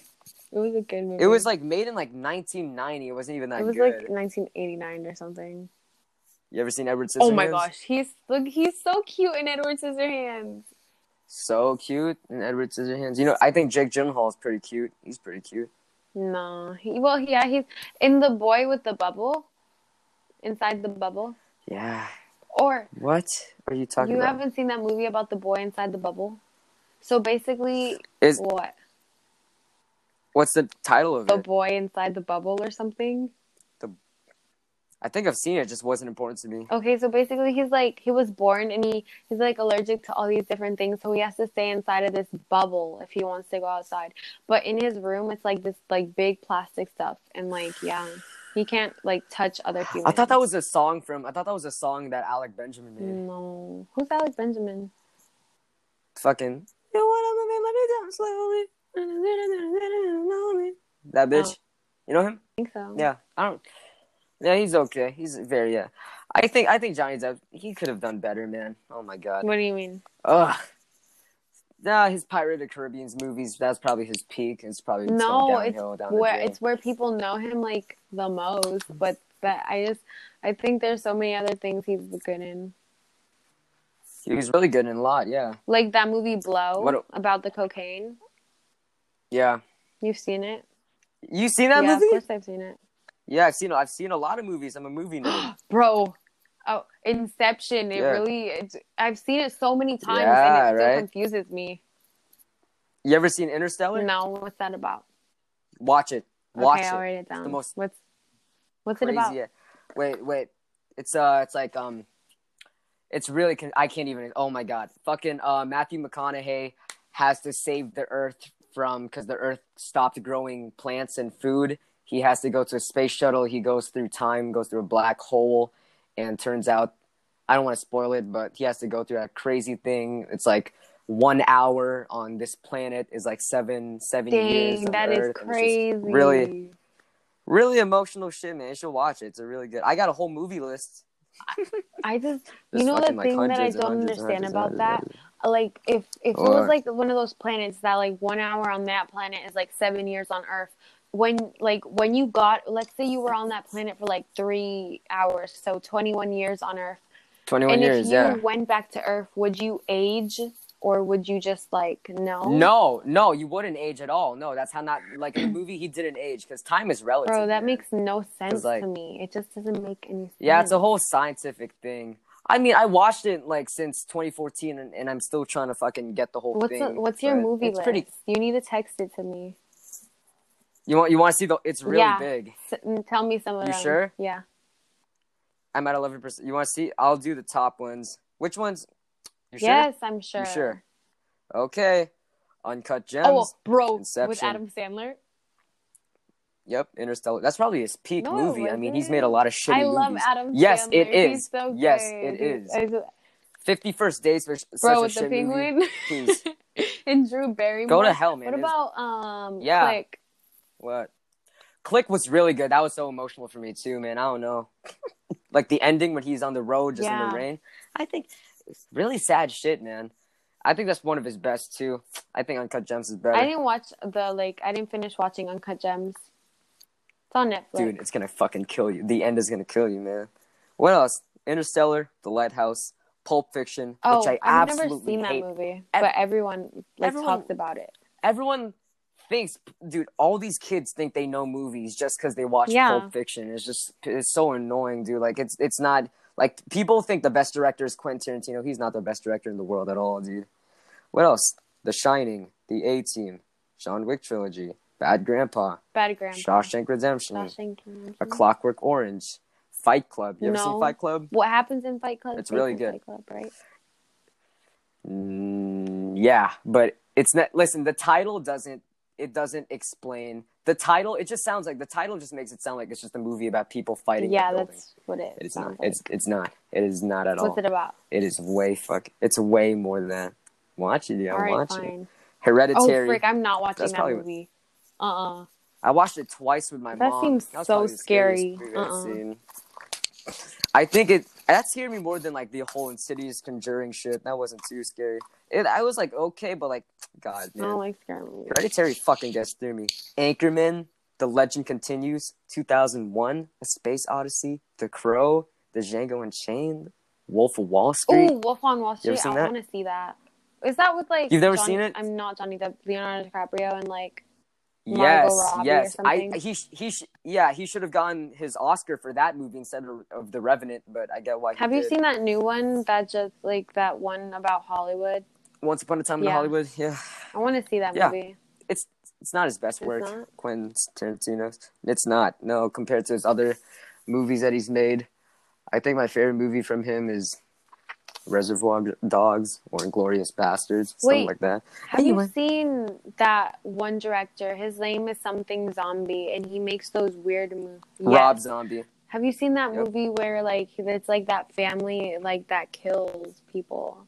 B: was a good movie.
C: It was like made in like 1990. It wasn't even that
B: it was
C: good.
B: like 1989 or something.
C: you ever seen Edward Scissorhands?
B: Oh my gosh, he's look, he's so cute in Edward Scissorhands.
C: So cute in Edward Scissorhands. You know, I think Jake Gyllenhaal is pretty cute. He's pretty cute.
B: No, he, well, yeah, he's in the boy with the bubble, inside the bubble.
C: Yeah.
B: Or
C: What are you talking
B: you
C: about?
B: haven't seen that movie about the boy inside the bubble. So basically,
C: Is
B: what
C: what's the title of
B: the
C: it?
B: Oh, boy inside the bubble or something?
C: I think I've seen it. it. Just wasn't important to me.
B: Okay, so basically he's like he was born and he he's like allergic to all these different things, so he has to stay inside of this bubble if he wants to go outside. But in his room it's like this like big plastic stuff and like yeah, he can't like touch other humans.
C: I thought that was a song from. I thought that was a song that Alec Benjamin made.
B: Mm. No. Who's Alec Benjamin?
C: Fucking. You wanna let me let me down slowly. That bitch.
B: Oh.
C: You know him?
B: I think so.
C: Yeah, I don't. Yeah, he's okay. He's very. Uh, I think I think Johnny Depp. He could have done better, man. Oh my god.
B: What do you mean?
C: Ugh. Nah, his Pirate of Caribbean's movies. That's probably his peak. It's probably just
B: No,
C: going
B: it's
C: downhill, down the
B: Where
C: drain.
B: it's where people know him like the most, but that I just I think there's so many other things he's good in.
C: He was really good in a lot. Yeah,
B: Like that movie Blow
C: What a-
B: about the cocaine.
C: yeah.
B: You've seen it?
C: You seen that
B: yeah,
C: movie?
B: of course I've seen it.
C: Yeah, I've seen. I've seen a lot of movies. I'm a movie nerd.
B: Bro, oh, Inception. It
C: Yeah.
B: really, it's I've seen it so many times
C: Yeah,
B: and it still
C: right?
B: confuses me.
C: you ever seen Interstellar?
B: Now, what's that about?
C: Watch it. Watch
B: okay, I'll
C: it.
B: write it down.
C: most
B: what's what's it
C: Crazy.
B: about?
C: Wait, wait. It's uh, it's like um, it's really. Con- I can't even. Oh my god, fucking uh, Matthew McConaughey has to save the Earth from because the Earth stopped growing plants and food. He has to go to a space shuttle. He goes through time, goes through a black hole, and turns out I don't want to spoil it, but he has to go through that crazy thing. It's like one hour on this planet is like seven seven years.
B: Dang,
C: on
B: that is
C: Earth, and it's
B: crazy.
C: just Really, really emotional shit, man. You should watch it. It's a really good. I got a whole movie list.
B: I just
C: There's
B: you know the
C: fucking, like,
B: thing that I
C: hundreds and
B: don't
C: hundreds and hundreds
B: understand
C: and
B: about
C: hundreds
B: that.
C: and
B: Like if if it
C: Or-
B: was like one of those planets that like one hour on that planet is like seven years on Earth, when like when you got let's say you were on that planet for like three hours, so twenty one years on Earth.
C: 21
B: and
C: years,
B: if you
C: yeah.
B: went back to Earth, would you age or would you just like no?
C: No, no, you wouldn't age at all. No, that's how not like in the movie he didn't age because time is relative.
B: Bro,
C: man.
B: that makes no sense
C: like-
B: to me. It just doesn't make any sense.
C: yeah, it's a whole scientific thing. I mean, I watched it like since 2014, and, and I'm still trying to fucking get the whole
B: What's
C: thing.
B: the- what's your
C: but
B: movie
C: It's
B: list?
C: pretty.
B: You need to text it to me.
C: You want you want to see the? It's really
B: Yeah.
C: big.
B: S- mm, tell me some of
C: You
B: them.
C: sure?
B: Yeah.
C: I'm at 11. percent You want to see? I'll do the top ones. Which ones? You sure?
B: yes, I'm sure.
C: You sure? Okay. Uncut gems.
B: Oh, bro, with
C: Inception.
B: Adam Sandler.
C: Yep. Interstellar. That's probably his peak
B: No, it
C: movie. I mean, he's
B: wasn't.
C: made a lot of shitty
B: I love
C: movies.
B: Adam.
C: Yes,
B: Sandler.
C: it
B: He's
C: is.
B: so
C: Yes,
B: good.
C: it is.
B: I just-
C: Fifty First Days for such
B: Bro,
C: a
B: with the
C: shit movie.
B: penguin
C: Please.
B: and Drew Barrymore.
C: Go to hell, man.
B: What
C: It's-
B: about um?
C: Yeah.
B: Click?
C: What? Click was really good. That was so emotional for me too, man. I don't know. <laughs> like the ending when he's on the road just in
B: Yeah.
C: the rain. I think it's really sad shit, man. I think that's one of his best too. I think Uncut Gems is
B: I
C: better.
B: didn't watch the like. I didn't finish watching Uncut Gems. It's on Netflix.
C: Dude, it's gonna fucking kill you. The end is gonna kill you, man. What else? Interstellar, The Lighthouse, Pulp Fiction,
B: oh,
C: which I
B: have
C: absolutely
B: never
C: hate.
B: seen that movie,
C: Ev-
B: but everyone like
C: Everyone-
B: talks about it.
C: Everyone thinks, dude, all these kids think they know movies just because they watch
B: Yeah.
C: Pulp Fiction. It's just, it's so annoying, dude. Like, it's, it's not like people think the best director is Quentin Tarantino. He's not the best director in the world at all, dude. What else? The Shining, The A Team, John Wick trilogy, Bad Grandpa,
B: Bad Grandpa.
C: Shawshank Redemption,
B: Shawshank Redemption.
C: A Clockwork Orange, Fight Club. You ever
B: No.
C: seen Fight Club?
B: What happens in Fight Club?
C: It's
B: stays
C: really
B: in
C: good.
B: Fight Club, right?
C: Mm, yeah, but it's not. Listen, the title doesn't. It doesn't explain the title. It just sounds like the title just makes it sound like it's just a movie about people fighting.
B: Yeah,
C: in buildings.
B: that's what it.
C: It's not.
B: sounds
C: It's it's not. It is not at
B: like.
C: all.
B: What's it about?
C: it is way fuck. It's way more than that. Watch it, yeah.
B: All right,
C: watch it.
B: fine. Oh,
C: Hereditary.
B: frick! I'm not watching
C: That's
B: that
C: probably-
B: movie. Uh uh
C: I watched it twice with my
B: That
C: mom.
B: seems
C: was
B: so
C: probably the scariest
B: scary.
C: movie I've
B: Uh-uh.
C: seen. I think it that scared me more than like the whole Insidious Conjuring shit. That wasn't too scary. It I was like okay, but like God,
B: I
C: man.
B: don't like scary movies.
C: Hereditary fucking gets through me. Anchorman, The Legend Continues, 2001, A Space Odyssey, The Crow, The Django Unchained, Wolf of Wall Street.
B: Ooh, Wolf on Wall
C: You ever
B: Street.
C: seen
B: I
C: that?
B: want to see that. Is that with like
C: You've never
B: Johnny-
C: seen it?
B: I'm not Johnny Depp, Leonardo DiCaprio, and like Margot
C: yes,
B: Robbie or
C: yes. I
B: something.
C: he sh- he sh- yeah he should have gotten his Oscar for that movie instead of, of The Revenant, but I get why. he
B: have you
C: did.
B: seen that new one that just like that one about Hollywood?
C: Once Upon a Time in
B: Yeah.
C: Hollywood? Yeah,
B: I want to see that
C: Yeah.
B: movie.
C: it's it's not his best
B: It's
C: work,
B: not?
C: Quentin Tarantino's. It's not no compared to his other movies that he's made. I think my favorite movie from him is Reservoir Dogs or Inglorious Bastards, something
B: Wait.
C: like that.
B: Have
C: Anyway.
B: you seen that one director? His name is something Zombie, and he makes those weird movies.
C: Rob Zombie.
B: Have you seen that
C: Yep.
B: movie where like it's like that family like that kills people?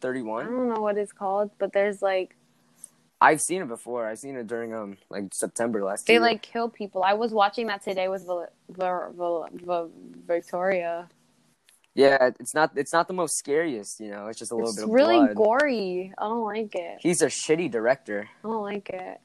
C: Thirty
B: I
C: one.
B: don't know what it's called, but there's like
C: I've seen it before. I've seen it during um like September last
B: they
C: year.
B: like kill people. I was watching that today with Val- Val- Val- Val- Victoria.
C: Yeah, it's not it's not the most scariest, you know, it's just a little
B: It's
C: bit of
B: really
C: blood.
B: gory. I don't like it.
C: He's a shitty director.
B: I don't like it.